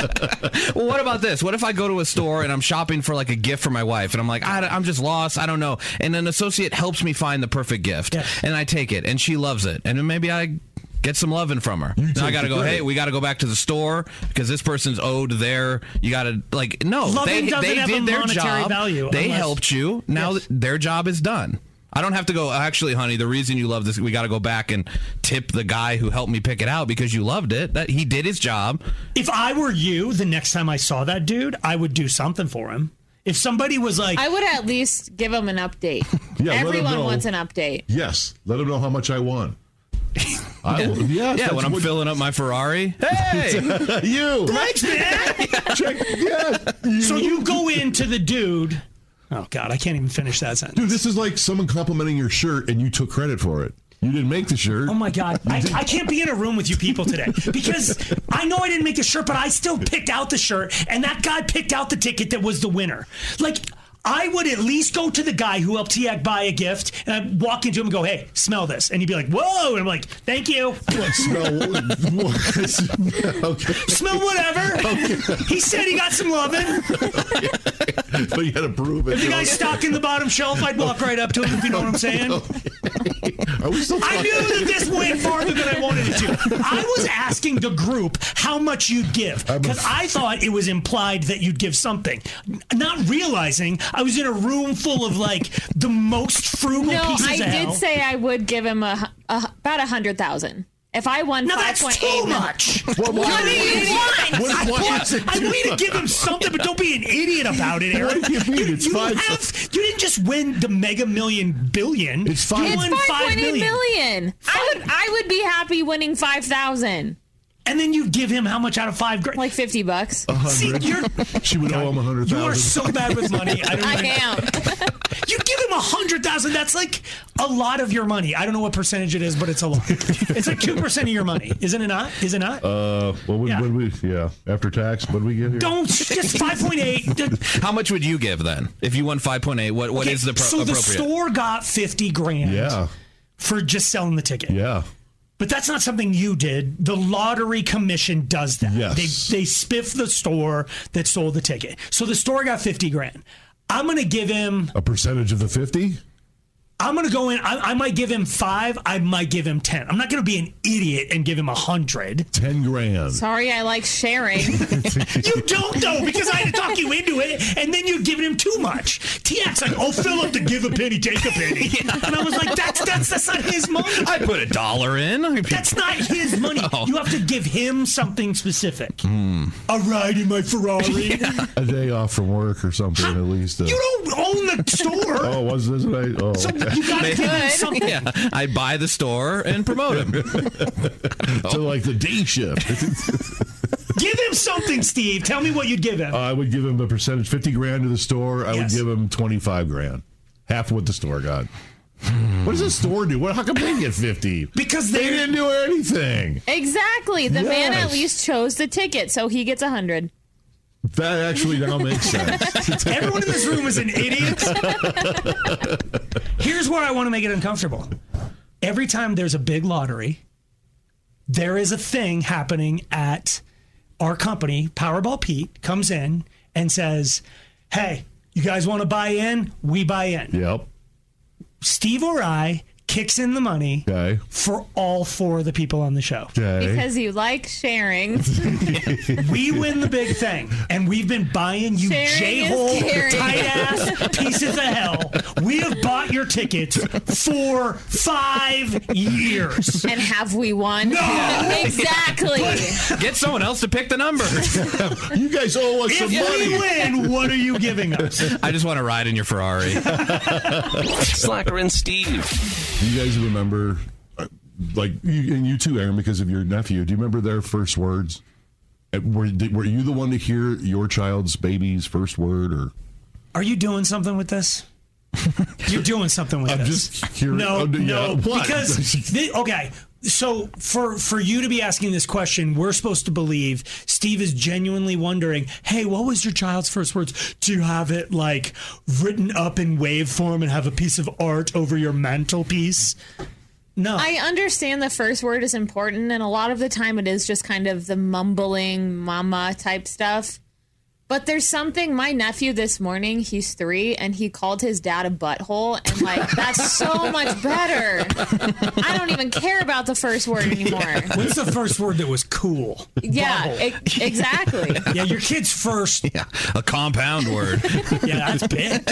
[SPEAKER 5] well, what about this? What if I go to a store and I'm shopping for like a gift for my wife, and I'm like, I, am just lost, I don't know, and an associate helps me find the perfect gift, and I take it, and she loves it, and then maybe I get some loving from her. Now I
[SPEAKER 13] take
[SPEAKER 5] gotta
[SPEAKER 13] the
[SPEAKER 5] go.
[SPEAKER 13] credit.
[SPEAKER 5] Hey, we gotta go back to the store because this person's owed their. You gotta like no,
[SPEAKER 2] Loving
[SPEAKER 5] they
[SPEAKER 2] doesn't
[SPEAKER 5] they
[SPEAKER 2] have a
[SPEAKER 5] did their
[SPEAKER 2] monetary
[SPEAKER 5] job.
[SPEAKER 2] value
[SPEAKER 5] they
[SPEAKER 2] unless-
[SPEAKER 5] helped you. Now th- their job is done. I don't have to go. Actually, honey, the reason you love this, we got to go back and tip the guy who helped me pick it out because you loved it. That he did his job.
[SPEAKER 2] If I were you, the next time I saw that dude, I would do something for him. If somebody was like,
[SPEAKER 4] I would at least give him an update.
[SPEAKER 3] Yeah, let 'em
[SPEAKER 4] Everyone
[SPEAKER 3] know.
[SPEAKER 4] wants an update.
[SPEAKER 3] Yes. Let them know how much I won. I will, yes,
[SPEAKER 5] yeah,
[SPEAKER 3] that's
[SPEAKER 5] when I'm
[SPEAKER 3] what-
[SPEAKER 5] filling up my Ferrari. Hey,
[SPEAKER 3] you.
[SPEAKER 2] Thanks, man. So you go into the dude. Oh God, I can't even finish that sentence.
[SPEAKER 3] Dude, this is like someone complimenting your shirt and you took credit for it. You didn't make the shirt.
[SPEAKER 2] Oh my God, I, I can't be in a room with you people today because I know I didn't make a shirt, but I still picked out the shirt, and that guy picked out the ticket that was the winner. Like. I would at least go to the guy who helped Tiak buy a gift, and I'd walk into him and go, "Hey, smell this," and he'd be like, "Whoa!" And I'm like, "Thank you."
[SPEAKER 3] okay.
[SPEAKER 2] Smell whatever. He said he got some loving.
[SPEAKER 3] but you had to prove it.
[SPEAKER 2] If the guy's stocking the bottom shelf, I'd walk right up to him. If you know what I'm saying.
[SPEAKER 3] Are we still
[SPEAKER 2] I
[SPEAKER 3] talking?
[SPEAKER 2] knew that this went farther than I wanted it to. I was asking the group how much you'd give because I thought it was implied that you'd give something, N- not realizing I was in a room full of like the most frugal
[SPEAKER 4] No,
[SPEAKER 2] pieces
[SPEAKER 4] I
[SPEAKER 2] of
[SPEAKER 4] did
[SPEAKER 2] hell.
[SPEAKER 4] say I would give him a, hu- a hu- about a hundred thousand. If I won,
[SPEAKER 2] No,
[SPEAKER 4] five
[SPEAKER 2] that's
[SPEAKER 4] point
[SPEAKER 2] too
[SPEAKER 4] eight
[SPEAKER 2] much.
[SPEAKER 4] What,
[SPEAKER 2] What
[SPEAKER 4] do
[SPEAKER 2] if-
[SPEAKER 4] you want?
[SPEAKER 2] what if-
[SPEAKER 4] I
[SPEAKER 2] what
[SPEAKER 4] want-
[SPEAKER 2] if- I need to give him something, but don't be an idiot about it, Aaron.
[SPEAKER 3] What do you mean? It's
[SPEAKER 2] you
[SPEAKER 3] five-
[SPEAKER 2] have- you didn't just win the Mega Million Billion. It's You
[SPEAKER 4] It's
[SPEAKER 2] won
[SPEAKER 4] five
[SPEAKER 2] five
[SPEAKER 4] point eight
[SPEAKER 2] million.
[SPEAKER 4] million. I would I would be happy winning five thousand.
[SPEAKER 2] And then you give him how much out of five grand?
[SPEAKER 4] Like fifty bucks.
[SPEAKER 2] Uh-huh.
[SPEAKER 3] A hundred. she would owe him a hundred
[SPEAKER 2] You
[SPEAKER 3] thousand.
[SPEAKER 2] are so bad with money. I don't
[SPEAKER 4] I
[SPEAKER 2] even-
[SPEAKER 4] am.
[SPEAKER 2] You give him a hundred thousand. That's like a lot of your money. I don't know what percentage it is, but it's a lot. it's like two percent of your money, isn't it not? Is it not?
[SPEAKER 3] Uh, what would, what would we? Yeah, after tax, what would we get here?
[SPEAKER 2] Don't just five point eight.
[SPEAKER 5] How much would you give then if you won five point eight? What what is the pro-
[SPEAKER 2] so the
[SPEAKER 5] appropriate?
[SPEAKER 2] store got fifty grand.
[SPEAKER 5] Yeah.
[SPEAKER 2] For just selling the ticket.
[SPEAKER 3] Yeah.
[SPEAKER 2] But that's not something you did. The lottery commission does that. They they spiff the store that sold the ticket. So the store got fifty grand. I'm gonna give him
[SPEAKER 3] A percentage of the fifty?
[SPEAKER 2] I'm gonna go in. I, I might give him five. I might give him ten. I'm not gonna be an idiot and give him a hundred.
[SPEAKER 3] Ten grand.
[SPEAKER 4] Sorry, I like sharing.
[SPEAKER 2] you don't though, because I had to talk you into it, and then you're giving him too much. TX like, oh, fill up the give a penny, take a penny, and I was like, that's that's that's not his money.
[SPEAKER 5] I put a dollar in. Oh.
[SPEAKER 2] That's not his money. You have to give him something specific.
[SPEAKER 5] Hmm.
[SPEAKER 2] A ride in my Ferrari.
[SPEAKER 3] A day off from work or something, at least. uh,
[SPEAKER 2] You don't own the store.
[SPEAKER 3] Oh, was this right? Oh,
[SPEAKER 2] So
[SPEAKER 3] okay.
[SPEAKER 2] you gotta give him something.
[SPEAKER 5] Yeah, I buy the store and promote him.
[SPEAKER 3] So like the day shift.
[SPEAKER 2] Give him something, Steve. Tell me what you'd give
[SPEAKER 5] Uh,
[SPEAKER 2] him.
[SPEAKER 3] I would give him a percentage, fifty grand to the store. I would give him twenty-five grand, half what the store got. What does the store do? What? How come they get fifty?
[SPEAKER 2] Because
[SPEAKER 3] they didn't do anything.
[SPEAKER 4] Exactly. The man at
[SPEAKER 3] Yes.
[SPEAKER 4] least chose the ticket, so he gets a hundred.
[SPEAKER 3] That actually now makes sense.
[SPEAKER 2] Everyone in this room is an idiot. Here's where I want to make it uncomfortable. Every time there's a big lottery, there is a thing happening at our company. Powerball Pete comes in and says, Hey, you guys want to buy in? We buy in.
[SPEAKER 3] Yep.
[SPEAKER 2] Steve or I kicks in the money
[SPEAKER 3] Okay.
[SPEAKER 2] for all four of the people on the show.
[SPEAKER 4] Because you like sharing.
[SPEAKER 2] we win the big thing, and we've been buying you
[SPEAKER 4] Sharing is
[SPEAKER 2] j-hole,
[SPEAKER 4] caring.
[SPEAKER 2] tight ass pieces of hell. We have bought your tickets for five years.
[SPEAKER 4] and have we won?
[SPEAKER 2] No!
[SPEAKER 4] exactly.
[SPEAKER 5] Get someone else to pick the number.
[SPEAKER 3] you guys owe us
[SPEAKER 2] If we win, what are you giving us?
[SPEAKER 5] I just want to ride in your Ferrari.
[SPEAKER 1] Slacker and Steve.
[SPEAKER 3] Do you guys remember, uh, like, you, and you too, Aaron, because of your nephew? Do you remember their first words? Uh, Were, did, were you the one to hear your child's baby's first word, or
[SPEAKER 2] Are you doing something with this? You're doing something with
[SPEAKER 3] I'm
[SPEAKER 2] this.
[SPEAKER 3] just curious.
[SPEAKER 2] No,
[SPEAKER 3] Oh, yeah,
[SPEAKER 2] no,
[SPEAKER 3] what?
[SPEAKER 2] because the, okay, so for for you to be asking this question, we're supposed to believe Steve is genuinely wondering, "Hey, what was your child's first words? Do you have it like written up in wave form and have a piece of art over your mantelpiece?" No.
[SPEAKER 4] I understand the first word is important, and a lot of the time it is just kind of the mumbling mama type stuff. But there's something my nephew this morning, he's three, and he called his dad a butthole, and like that's so much better. I don't even care about the first word anymore.
[SPEAKER 2] What's the first word that was cool?
[SPEAKER 4] Yeah, e- exactly.
[SPEAKER 2] yeah, your kid's first.
[SPEAKER 5] Yeah, a compound word.
[SPEAKER 2] yeah, that's big.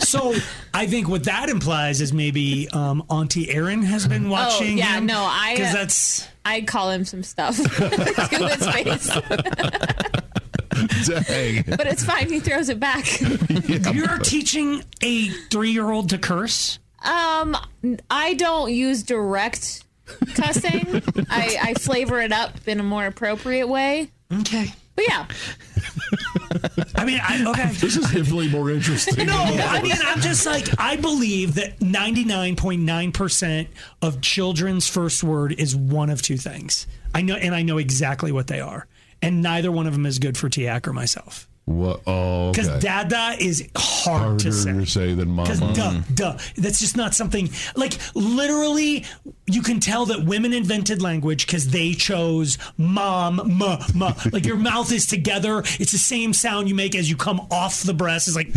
[SPEAKER 2] So I think what that implies is maybe um, Auntie Erin has been watching.
[SPEAKER 4] oh yeah,
[SPEAKER 2] him,
[SPEAKER 4] no, I
[SPEAKER 2] because that's
[SPEAKER 4] I call him some stuff to his face,
[SPEAKER 3] Dang.
[SPEAKER 4] but it's fine. He throws it back.
[SPEAKER 2] You're teaching a three-year-old to curse.
[SPEAKER 4] Um, I don't use direct cussing. I, I flavor it up in a more appropriate way.
[SPEAKER 2] Okay.
[SPEAKER 4] But yeah,
[SPEAKER 2] I mean, I, okay.
[SPEAKER 3] This is infinitely more interesting.
[SPEAKER 2] No, I mean, I'm just like, I believe that 99.9% of children's first word is one of two things. I know, and I know exactly what they are. And neither one of them is good for Tiak or myself.
[SPEAKER 3] What? Oh,
[SPEAKER 2] Because
[SPEAKER 3] okay.
[SPEAKER 2] dada is hard
[SPEAKER 3] harder
[SPEAKER 2] to say.
[SPEAKER 3] than
[SPEAKER 2] Because
[SPEAKER 3] mama.
[SPEAKER 2] duh, duh. That's just not something like literally. You can tell that women invented language because they chose mom, ma, ma. Like your mouth is together. It's the same sound you make as you come off the breast. It's like,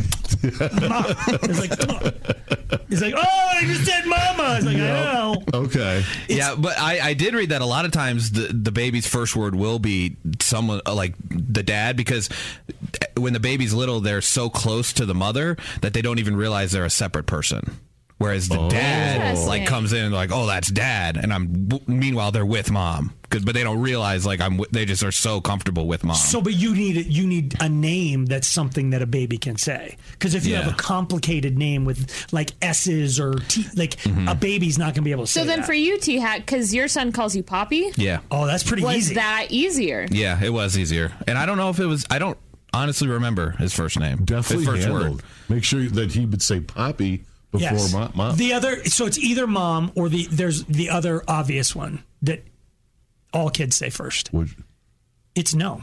[SPEAKER 2] ma. It's like, ma. it's like, oh, I just said mama. It's like, I know.
[SPEAKER 3] Okay.
[SPEAKER 5] yeah, but I, I did read that a lot of times the, the baby's first word will be someone uh, like the dad because uh, when the baby's little, they're so close to the mother that they don't even realize they're a separate person. Whereas
[SPEAKER 3] Oh.
[SPEAKER 5] the dad like
[SPEAKER 4] Interesting.
[SPEAKER 5] comes in and like, oh, that's dad, and I'm. Meanwhile, they're with mom, 'Cause- but they don't realize like I'm. With, they just are so comfortable with mom.
[SPEAKER 2] So, but you need you need a name that's something that a baby can say. Because if you
[SPEAKER 5] Yeah.
[SPEAKER 2] have a complicated name with like s's or t, like a baby's not going to be able to.
[SPEAKER 4] so
[SPEAKER 2] say
[SPEAKER 4] then
[SPEAKER 2] that.
[SPEAKER 4] for you, T Hat, because your son calls you Poppy,
[SPEAKER 5] yeah.
[SPEAKER 2] oh, that's pretty
[SPEAKER 4] was
[SPEAKER 2] easy.
[SPEAKER 4] that easier?
[SPEAKER 5] Yeah, it was easier. And I don't know if it was I don't honestly remember his first name.
[SPEAKER 3] Definitely
[SPEAKER 5] his first
[SPEAKER 3] handled.
[SPEAKER 5] word.
[SPEAKER 3] Make sure that he would say Poppy before
[SPEAKER 2] Yes.
[SPEAKER 3] ma- mom.
[SPEAKER 2] The other, so it's either mom or the there's the other obvious one that all kids say first.
[SPEAKER 3] Would-
[SPEAKER 2] It's no.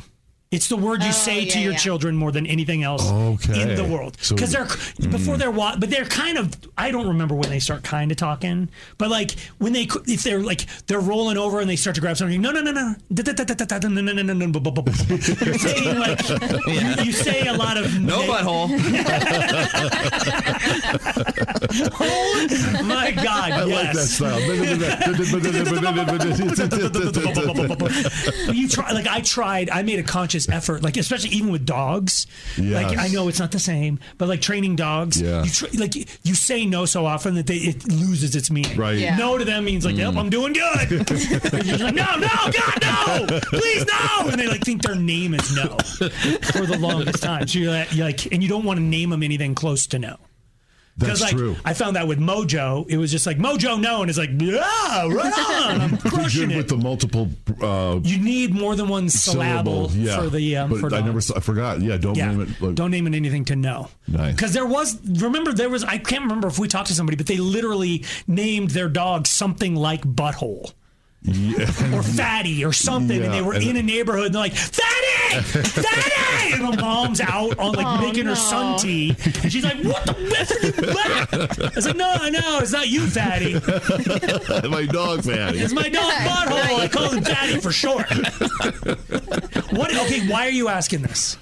[SPEAKER 2] It's the word you
[SPEAKER 4] Oh,
[SPEAKER 2] say to
[SPEAKER 4] yeah,
[SPEAKER 2] your
[SPEAKER 4] yeah.
[SPEAKER 2] children more than anything else
[SPEAKER 3] Okay.
[SPEAKER 2] in the world.
[SPEAKER 3] So-
[SPEAKER 2] Because they're before they're wa- but they're kind of I don't remember when they start kind of talking, but like when they if they're like they're rolling over and they start to grab something. No, no, no, no, Da, da, da, da, da, da, no, no, no, no, no, bu- bu- bu- bu- bu- You're saying like you, you say a lot of
[SPEAKER 5] No
[SPEAKER 2] neg-
[SPEAKER 5] butthole.
[SPEAKER 2] Oh my God!
[SPEAKER 3] I like that
[SPEAKER 2] yes.
[SPEAKER 3] style.
[SPEAKER 2] you try like I tried. I made a conscious effort, like especially even with dogs. Like
[SPEAKER 3] Yes.
[SPEAKER 2] I know it's not the same, but like training dogs,
[SPEAKER 3] Yeah.
[SPEAKER 2] you tr- like you say no so often that they, it loses its meaning.
[SPEAKER 3] Right. Yeah.
[SPEAKER 2] No to them means like, yep, I'm doing good. And you're like, no, no, God, no, please, no. And they like think their name is no for the longest time. So you're like, you're like and you don't want to name them anything close to no.
[SPEAKER 3] That's
[SPEAKER 2] like,
[SPEAKER 3] true.
[SPEAKER 2] I found that with Mojo, it was just like Mojo no, and it's like yeah, right on, I'm crushing
[SPEAKER 3] Good
[SPEAKER 2] it.
[SPEAKER 3] with the multiple uh,
[SPEAKER 2] you need more than one syllable
[SPEAKER 3] syllables. Yeah.
[SPEAKER 2] for the um,
[SPEAKER 3] but
[SPEAKER 2] for
[SPEAKER 3] I
[SPEAKER 2] dog.
[SPEAKER 3] never saw, I forgot. Yeah. Don't
[SPEAKER 2] yeah,
[SPEAKER 3] name it. Like,
[SPEAKER 2] don't name it anything to know.
[SPEAKER 3] Nice.
[SPEAKER 2] Because there was, remember, there was, I can't remember if we talked to somebody, but they literally named their dog something like Butthole or Fatty or something. And they
[SPEAKER 3] Mm-hmm. Yeah,
[SPEAKER 2] were
[SPEAKER 3] and-
[SPEAKER 2] in a neighborhood and they're like, Fatty! Fatty! And the mom's out on like
[SPEAKER 4] Oh,
[SPEAKER 2] making her son
[SPEAKER 4] no.
[SPEAKER 2] tea. And she's like, What the mess are you back? I was like, No, no, it's not you, Fatty.
[SPEAKER 3] my dog fatty.
[SPEAKER 2] It's my dog Butthole. I call him Fatty for short. what, okay, why are you asking this?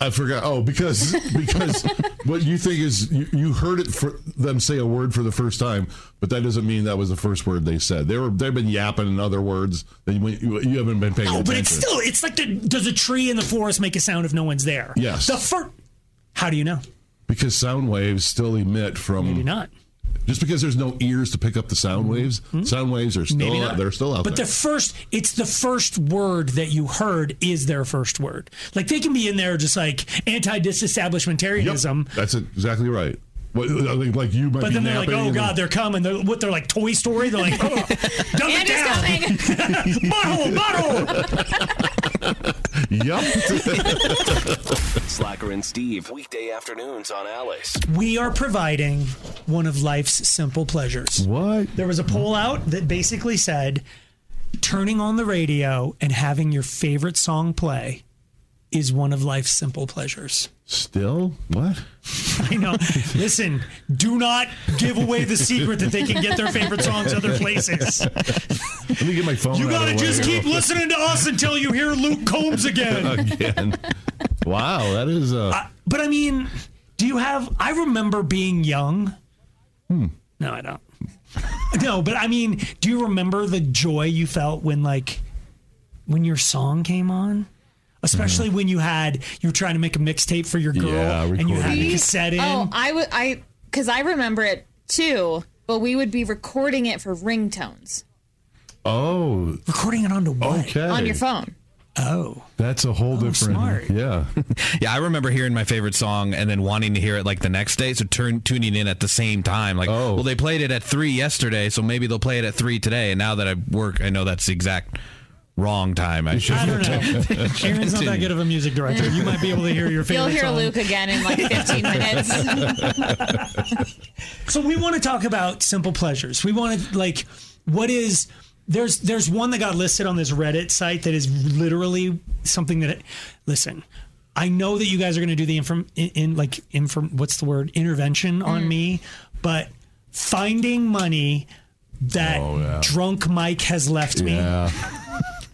[SPEAKER 3] I forgot. Oh, because because what you think is you, you heard it for them say a word for the first time, but that doesn't mean that was the first word they said. They were they've been yapping in other words that you, you haven't been paying
[SPEAKER 2] No,
[SPEAKER 3] attention.
[SPEAKER 2] Oh, but it's still it's like the does a tree in the forest make a sound if no one's there?
[SPEAKER 3] Yes.
[SPEAKER 2] The first. How do you know?
[SPEAKER 3] because sound waves still emit from
[SPEAKER 2] Maybe not. Mm-hmm.
[SPEAKER 3] just because there's no ears to pick up the sound waves. Sound waves are still
[SPEAKER 2] Maybe not.
[SPEAKER 3] they're still out
[SPEAKER 2] But
[SPEAKER 3] there.
[SPEAKER 2] the first, it's the first word that you heard is their first word. Like they can be in there just like anti-disestablishmentarianism,
[SPEAKER 3] Yep, that's exactly right. What, like, like you might
[SPEAKER 2] But
[SPEAKER 3] be
[SPEAKER 2] then they're like,
[SPEAKER 3] napping
[SPEAKER 2] oh
[SPEAKER 3] and-
[SPEAKER 2] god, they're coming. They're what? They're like Toy Story. They're like, oh, dumb it down. butthole, butthole.
[SPEAKER 3] Yup.
[SPEAKER 1] Slacker and Steve, weekday afternoons on Alice.
[SPEAKER 2] We are providing one of life's simple pleasures.
[SPEAKER 3] What?
[SPEAKER 2] There was a poll out that basically said turning on the radio and having your favorite song play is one of life's simple pleasures.
[SPEAKER 3] Still? What?
[SPEAKER 2] I know. Listen, do not give away the secret that they can get their favorite songs other places.
[SPEAKER 3] Let me get my phone.
[SPEAKER 2] You
[SPEAKER 3] out
[SPEAKER 2] gotta
[SPEAKER 3] of the way
[SPEAKER 2] just
[SPEAKER 3] here.
[SPEAKER 2] keep listening to us until you hear Luke Combs again.
[SPEAKER 3] again. Wow, that is uh,
[SPEAKER 2] But I mean, do you have? I remember being young.
[SPEAKER 3] Hmm.
[SPEAKER 2] No, I don't. no, but I mean, do you remember the joy you felt when like when your song came on? Especially when you had you were trying to make a mixtape for your girl
[SPEAKER 3] Mm-hmm. Yeah,
[SPEAKER 2] and you had
[SPEAKER 3] recording
[SPEAKER 2] a
[SPEAKER 3] it.
[SPEAKER 2] cassette in.
[SPEAKER 4] Oh, I would I because I remember it too, but we would be recording it for ringtones
[SPEAKER 3] oh
[SPEAKER 2] recording it onto what?
[SPEAKER 3] okay.
[SPEAKER 4] on your phone.
[SPEAKER 2] Oh,
[SPEAKER 3] That's a whole different.
[SPEAKER 2] smart.
[SPEAKER 3] Yeah.
[SPEAKER 5] Yeah, I remember hearing my favorite song and then wanting to hear it like the next day. So turn tuning in at the same time. Like,
[SPEAKER 3] Oh.
[SPEAKER 5] well, they played it at three yesterday, so maybe they'll play it at three today. And now that I work, I know that's the exact wrong time. I should.
[SPEAKER 2] I don't know. Aaron's not that good of a music director. You might be able to hear your favorite
[SPEAKER 4] You'll hear
[SPEAKER 2] song.
[SPEAKER 4] Luke again in like 15 minutes.
[SPEAKER 2] So we want to talk about simple pleasures. We want to like what is there's there's one that got listed on this Reddit site that is literally something that listen. I know that you guys are going to do the inform in, in like inform what's the word intervention on me, but finding money that
[SPEAKER 3] Oh, yeah.
[SPEAKER 2] drunk Mike has left me
[SPEAKER 3] Yeah.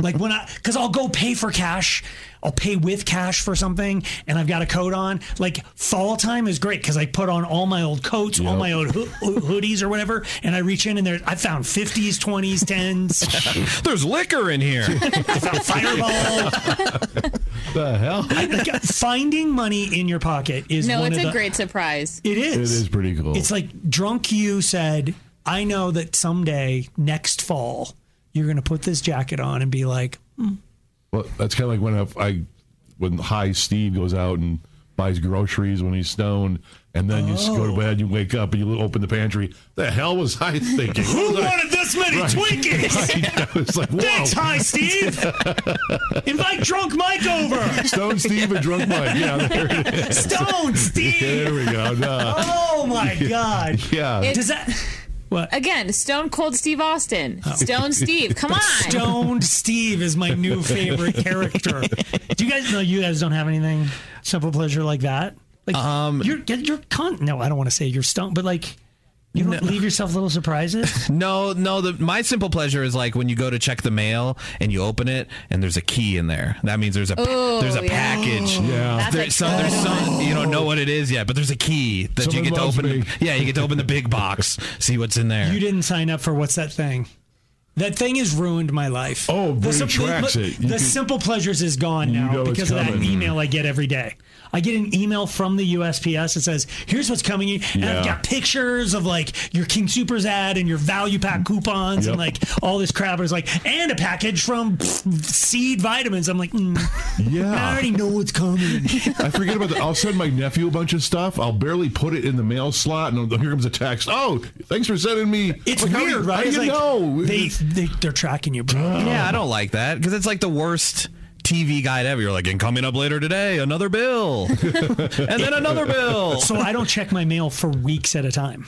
[SPEAKER 2] like when I, because I'll go pay for cash, I'll pay with cash for something, and I've got a coat on. Like fall time is great because I put on all my old coats, all
[SPEAKER 3] Yep.
[SPEAKER 2] my old hoo- hoo- hoodies or whatever, and I reach in and there I found fifties, twenties, tens,
[SPEAKER 5] There's liquor in here.
[SPEAKER 2] I found fireball.
[SPEAKER 3] The hell.
[SPEAKER 2] I- like, finding money in your pocket is
[SPEAKER 4] no,
[SPEAKER 2] one
[SPEAKER 4] it's
[SPEAKER 2] of
[SPEAKER 4] a
[SPEAKER 2] the-
[SPEAKER 4] great surprise.
[SPEAKER 2] It is.
[SPEAKER 3] It is pretty cool.
[SPEAKER 2] It's like drunk you said, I know that someday next fall you're gonna put this jacket on and be like,
[SPEAKER 3] Well, that's kind of like when I, I when High Steve goes out and buys groceries when he's stoned, and then you just go to bed, you wake up, and you open the pantry. The hell was I thinking?
[SPEAKER 2] Who wanted this many Twinkies?
[SPEAKER 3] it's like
[SPEAKER 2] Thanks,
[SPEAKER 3] whoa.
[SPEAKER 2] hi, Steve. Invite drunk Mike over.
[SPEAKER 3] Stone Steve and Drunk Mike. Yeah, there it is.
[SPEAKER 2] Stone Steve.
[SPEAKER 3] There we go. No.
[SPEAKER 2] Oh my God.
[SPEAKER 3] Yeah.
[SPEAKER 4] It-
[SPEAKER 2] Does that
[SPEAKER 4] Again, Stone Cold Steve Austin.
[SPEAKER 2] Oh.
[SPEAKER 4] Stone Steve, come on.
[SPEAKER 2] Stoned Steve is my new favorite character. Do you guys know you guys don't have anything simple pleasure like that? Like you're you're con no, I don't want to say you're stoned, but like you don't leave yourself little surprises.
[SPEAKER 5] No, no. The, my simple pleasure is like when you go to check the mail and you open it and there's a key in there. That means there's a
[SPEAKER 4] Oh,
[SPEAKER 5] there's a
[SPEAKER 4] yeah.
[SPEAKER 5] package.
[SPEAKER 3] Yeah.
[SPEAKER 4] That's
[SPEAKER 5] There-
[SPEAKER 4] a
[SPEAKER 5] some, there's some you don't know what it is yet, but there's a key that
[SPEAKER 3] Someone
[SPEAKER 5] you get to
[SPEAKER 3] loves
[SPEAKER 5] open.
[SPEAKER 3] me.
[SPEAKER 5] Yeah, you get to open the big box, see what's in there.
[SPEAKER 2] You didn't sign up for what's that thing? That thing has ruined my life.
[SPEAKER 3] Oh, but
[SPEAKER 2] the,
[SPEAKER 3] it
[SPEAKER 2] sim-
[SPEAKER 3] tracks
[SPEAKER 2] the,
[SPEAKER 3] it.
[SPEAKER 2] the
[SPEAKER 3] You can-
[SPEAKER 2] simple pleasures is gone now
[SPEAKER 3] know it's
[SPEAKER 2] because of that
[SPEAKER 3] coming.
[SPEAKER 2] email I get every day. I get an email from the USPS that says, "Here's what's coming," in," and I've
[SPEAKER 3] Yeah.
[SPEAKER 2] got pictures of like your King Supers ad and your value pack coupons and
[SPEAKER 3] Yep.
[SPEAKER 2] like all this crap. It's like, and a package from pff, Seed Vitamins. I'm like, mm, I
[SPEAKER 3] Yeah.
[SPEAKER 2] already know what's coming.
[SPEAKER 3] I forget about that. I'll send my nephew a bunch of stuff. I'll barely put it in the mail slot, and here comes a text. Oh, thanks for sending me.
[SPEAKER 2] It's
[SPEAKER 3] Like, how do
[SPEAKER 2] weird,
[SPEAKER 3] you-
[SPEAKER 2] right?
[SPEAKER 3] How do
[SPEAKER 2] It's
[SPEAKER 3] you
[SPEAKER 2] like,
[SPEAKER 3] know?
[SPEAKER 2] They, they they're tracking you, bro.
[SPEAKER 5] Yeah, I don't like that because it's like the worst TV guide ever. You're like, and coming up later today, another bill, and then another bill.
[SPEAKER 2] So I don't check my mail for weeks at a time.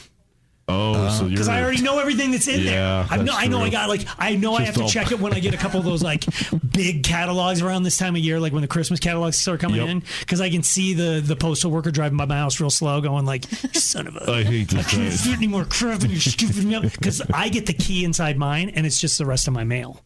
[SPEAKER 3] oh, so you're
[SPEAKER 2] because uh, I already know everything that's in there.
[SPEAKER 3] Yeah,
[SPEAKER 2] I know,
[SPEAKER 3] that's
[SPEAKER 2] I know, I
[SPEAKER 3] true.
[SPEAKER 2] got like, I know I
[SPEAKER 3] Just
[SPEAKER 2] have to
[SPEAKER 3] all-
[SPEAKER 2] check it when I get a couple of those like big catalogs around this time of year, like when the Christmas catalogs start coming
[SPEAKER 3] Yep.
[SPEAKER 2] in, because I can see the the postal worker driving by my house real slow, going like, "Son of a,
[SPEAKER 3] I hate this
[SPEAKER 2] can't
[SPEAKER 3] place.
[SPEAKER 2] fit any more crap in your stupid mail." Because I get the key inside mine, and it's just the rest of my mail.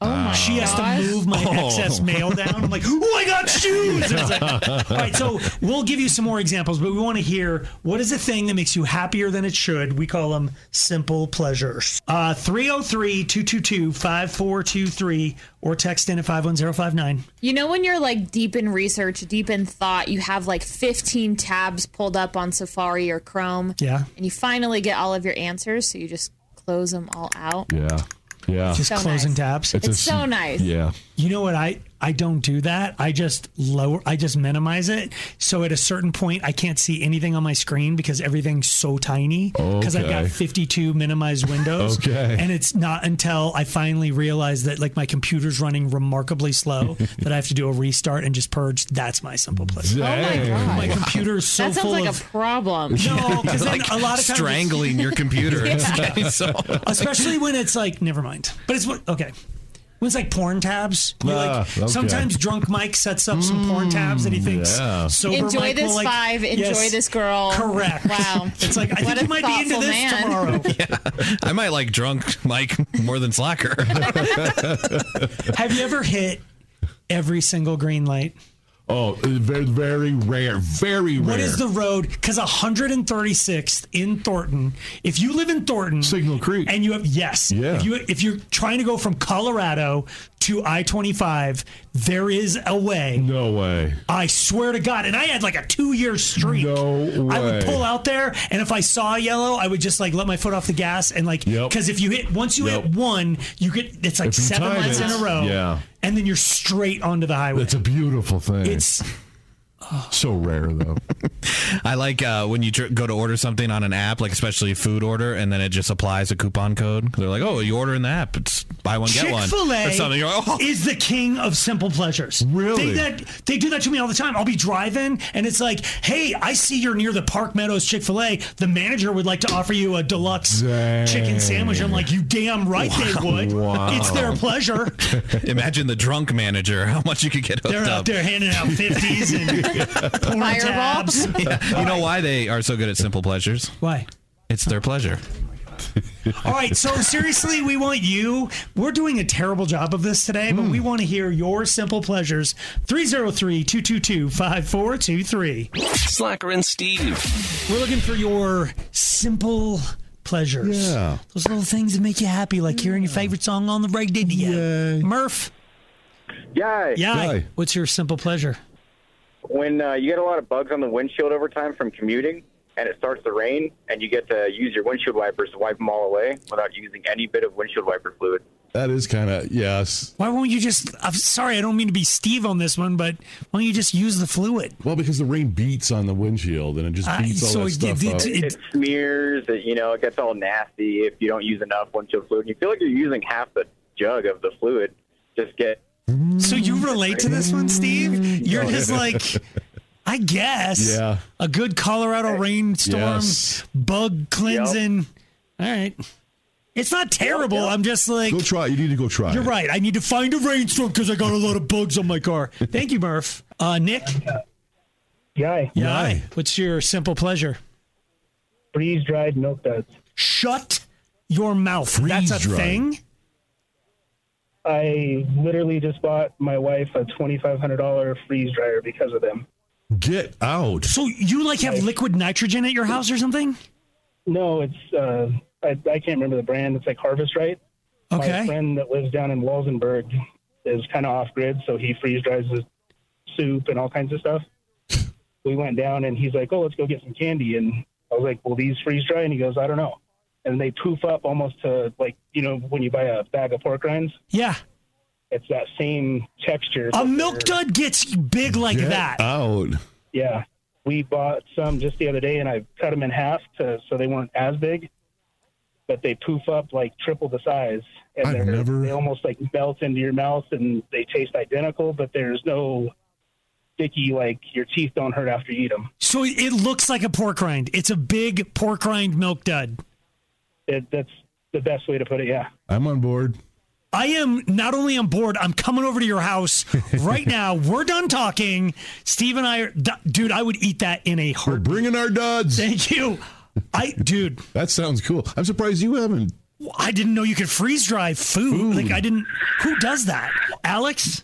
[SPEAKER 4] Oh my
[SPEAKER 2] She has to
[SPEAKER 4] gosh.
[SPEAKER 2] move my excess mail down. I'm like, oh, I got shoes. And it's like- all right, so we'll give you some more examples, but we want to hear what is the thing that makes you happier than it should. We call them simple pleasures. Uh, 303 222 5423 or text in at 51059.
[SPEAKER 4] You know when you're like deep in research, deep in thought, you have like 15 tabs pulled up on Safari or Chrome.
[SPEAKER 2] Yeah.
[SPEAKER 4] And you finally get all of your answers, so you just close them all out.
[SPEAKER 3] Yeah. Yeah.
[SPEAKER 2] Just
[SPEAKER 4] So
[SPEAKER 2] closing
[SPEAKER 4] nice.
[SPEAKER 2] tabs.
[SPEAKER 4] It's so nice.
[SPEAKER 3] Yeah.
[SPEAKER 2] You know what I I don't do that. I just lower, I just minimize it. So at a certain point, I can't see anything on my screen because everything's so tiny. Because I've got
[SPEAKER 3] Okay.
[SPEAKER 2] 52 minimized windows.
[SPEAKER 3] Okay.
[SPEAKER 2] And it's not until I finally realize that like my computer's running remarkably slow that I have to do a restart and just purge. That's my simple place.
[SPEAKER 4] Oh
[SPEAKER 3] Dang.
[SPEAKER 2] Oh My computer is so
[SPEAKER 4] that sounds
[SPEAKER 2] full
[SPEAKER 4] like
[SPEAKER 2] of
[SPEAKER 4] a problem.
[SPEAKER 2] No, because then a lot of times
[SPEAKER 5] strangling your computer.
[SPEAKER 2] Yeah.
[SPEAKER 5] so
[SPEAKER 2] especially when it's like never mind. But it's what okay. When it's like porn tabs, we
[SPEAKER 3] Ah,
[SPEAKER 2] like
[SPEAKER 3] okay. Hmm,
[SPEAKER 2] sometimes drunk Mike sets up some porn tabs that he thinks
[SPEAKER 3] yeah.
[SPEAKER 2] sober
[SPEAKER 4] enjoy
[SPEAKER 2] Mike
[SPEAKER 4] this
[SPEAKER 2] will like.
[SPEAKER 4] five. Enjoy
[SPEAKER 2] Yes.
[SPEAKER 4] this girl.
[SPEAKER 2] Correct.
[SPEAKER 4] Wow.
[SPEAKER 2] It's like I
[SPEAKER 4] What
[SPEAKER 2] think
[SPEAKER 4] a
[SPEAKER 2] you might be into
[SPEAKER 4] thoughtful
[SPEAKER 2] this
[SPEAKER 4] man.
[SPEAKER 2] tomorrow.
[SPEAKER 5] I might like drunk Mike more than Slacker.
[SPEAKER 2] Have you ever hit every single green light?
[SPEAKER 3] Oh, very, very rare. Very rare.
[SPEAKER 2] What is the road? Because 136th in Thornton. If you live in Thornton,
[SPEAKER 3] Signal Creek?
[SPEAKER 2] and you have yes,
[SPEAKER 3] Yeah.
[SPEAKER 2] If you if you're trying to go from Colorado to I-25, there is a way.
[SPEAKER 3] no way.
[SPEAKER 2] I swear to God. And I had like a two year streak.
[SPEAKER 3] No
[SPEAKER 2] I
[SPEAKER 3] way.
[SPEAKER 2] would pull out there, and if I saw yellow, I would just like let my foot off the gas and like
[SPEAKER 3] Yep.
[SPEAKER 2] because if you hit once you
[SPEAKER 3] Yep.
[SPEAKER 2] hit one, you get it's like
[SPEAKER 3] If you
[SPEAKER 2] seven
[SPEAKER 3] time
[SPEAKER 2] lights
[SPEAKER 3] it,
[SPEAKER 2] in a row,
[SPEAKER 3] yeah.
[SPEAKER 2] and then you're straight onto the highway.
[SPEAKER 3] That's a beautiful thing.
[SPEAKER 2] it's
[SPEAKER 3] so rare, though.
[SPEAKER 5] I like uh, when you tr- go to order something on an app, like especially a food order, and then it just applies a coupon code. They're like, "Oh, you order in the app, it's buy one get one
[SPEAKER 2] Chick Fil
[SPEAKER 5] or something." You're like,
[SPEAKER 2] A
[SPEAKER 5] "Oh,
[SPEAKER 2] is the king of simple pleasures. They,
[SPEAKER 3] Really?
[SPEAKER 2] that, they do that to me all the time. I'll be driving and it's like, hey, I see you're near the Park Meadows Chick Fil A. The manager would like to offer you a deluxe
[SPEAKER 3] Dang.
[SPEAKER 2] chicken sandwich. I'm like, you damn right they would.
[SPEAKER 3] Wow.
[SPEAKER 2] It's their pleasure.
[SPEAKER 5] imagine the drunk manager, how much you could get hooked
[SPEAKER 2] They're
[SPEAKER 5] up."
[SPEAKER 2] out there handing out fifties and porn
[SPEAKER 4] Fireball.
[SPEAKER 2] tabs.
[SPEAKER 5] Yeah. You know why they are so good at simple pleasures?
[SPEAKER 2] Why?
[SPEAKER 5] It's their pleasure.
[SPEAKER 2] All right, so seriously, we want you. We're doing a terrible job of this today,
[SPEAKER 5] Hmm.
[SPEAKER 2] but we want to hear your simple pleasures. 303 222 5423.
[SPEAKER 1] Slacker and Steve.
[SPEAKER 2] We're looking for your simple pleasures.
[SPEAKER 3] Yeah.
[SPEAKER 2] Those little things that make you happy, like hearing your favorite song on the radio.
[SPEAKER 3] Yay.
[SPEAKER 2] Murph,
[SPEAKER 12] Yeah,
[SPEAKER 2] yeah.
[SPEAKER 3] Yay.
[SPEAKER 2] What's your simple pleasure?
[SPEAKER 12] when uh, you get a lot of bugs on the windshield over time from commuting and it starts to rain and you get to use your windshield wipers to wipe them all away without using any bit of windshield wiper fluid.
[SPEAKER 3] That is kind of, yes.
[SPEAKER 2] Why won't you just? I'm sorry, I don't mean to be Steve on this one, but why don't you just use the fluid?
[SPEAKER 3] Well, because the rain beats on the windshield and it just
[SPEAKER 2] I-
[SPEAKER 3] beats all
[SPEAKER 2] so
[SPEAKER 3] that
[SPEAKER 2] it-
[SPEAKER 3] stuff
[SPEAKER 2] it-
[SPEAKER 3] up.
[SPEAKER 2] it-
[SPEAKER 12] It, smears, it, you know, it gets all nasty if you don't use enough windshield fluid. You feel like you're using half the jug of the fluid. Just get
[SPEAKER 2] So you relate to this one, Steve? You're just like, I guess.
[SPEAKER 3] Oh, Yeah.
[SPEAKER 2] A good Colorado rainstorm,
[SPEAKER 3] Yes.
[SPEAKER 2] bug cleansing. All right. It's not terrible. I'm just like,
[SPEAKER 3] go try. it. You need to go try.
[SPEAKER 2] you're
[SPEAKER 3] it.
[SPEAKER 2] right. I need to find a rainstorm because I got a lot of bugs on my car. Thank you, Murph. Uh, Nick,
[SPEAKER 13] Guy,
[SPEAKER 2] yeah.
[SPEAKER 3] Aye.
[SPEAKER 2] What's your simple pleasure?
[SPEAKER 13] freeze dried milk duds.
[SPEAKER 2] Shut your mouth. That's a
[SPEAKER 3] Freeze-dried.
[SPEAKER 2] thing.
[SPEAKER 13] I literally just bought my wife a $2,500 freeze dryer because of them.
[SPEAKER 3] Get out.
[SPEAKER 2] So you like have liquid nitrogen at your house or something?
[SPEAKER 13] No, it's, uh, I, I can't remember the brand. It's like Harvest Right. My
[SPEAKER 2] Okay.
[SPEAKER 13] friend that lives down in Walsenburg is kind of off grid, so he freeze dries his soup and all kinds of stuff. we went down and he's like, "Oh, let's go get some candy," and I was like, "Will these freeze dry?" And he goes, "I don't know." And they poof up almost to like you know when you buy a bag of pork rinds,
[SPEAKER 2] Yeah.
[SPEAKER 13] it's that same texture.
[SPEAKER 2] A
[SPEAKER 13] but
[SPEAKER 2] milk
[SPEAKER 13] they're-
[SPEAKER 2] dud gets big like
[SPEAKER 3] Get
[SPEAKER 2] that.
[SPEAKER 3] out.
[SPEAKER 13] Yeah, we bought some just the other day, and I cut them in half to so they weren't as big, but they poof up like triple the size, and
[SPEAKER 3] I've
[SPEAKER 13] they're
[SPEAKER 3] never-
[SPEAKER 13] they almost like melt into your mouth, and they taste identical, but there's no sticky like your teeth don't hurt after you eat them.
[SPEAKER 2] So it- it looks like a pork rind. It's a big pork rind milk dud.
[SPEAKER 13] It, that's the best way to put it. Yeah.
[SPEAKER 3] I'm on board.
[SPEAKER 2] I am not only on board, I'm coming over to your house right now. We're done talking. Steve and I are, d- dude, I would eat that in a
[SPEAKER 3] We're
[SPEAKER 2] heart.
[SPEAKER 3] bringing our duds.
[SPEAKER 2] Thank you. I, dude,
[SPEAKER 3] That sounds cool. I'm surprised you haven't.
[SPEAKER 2] I didn't know you could freeze dry food. Like, I didn't, who does that? Alex?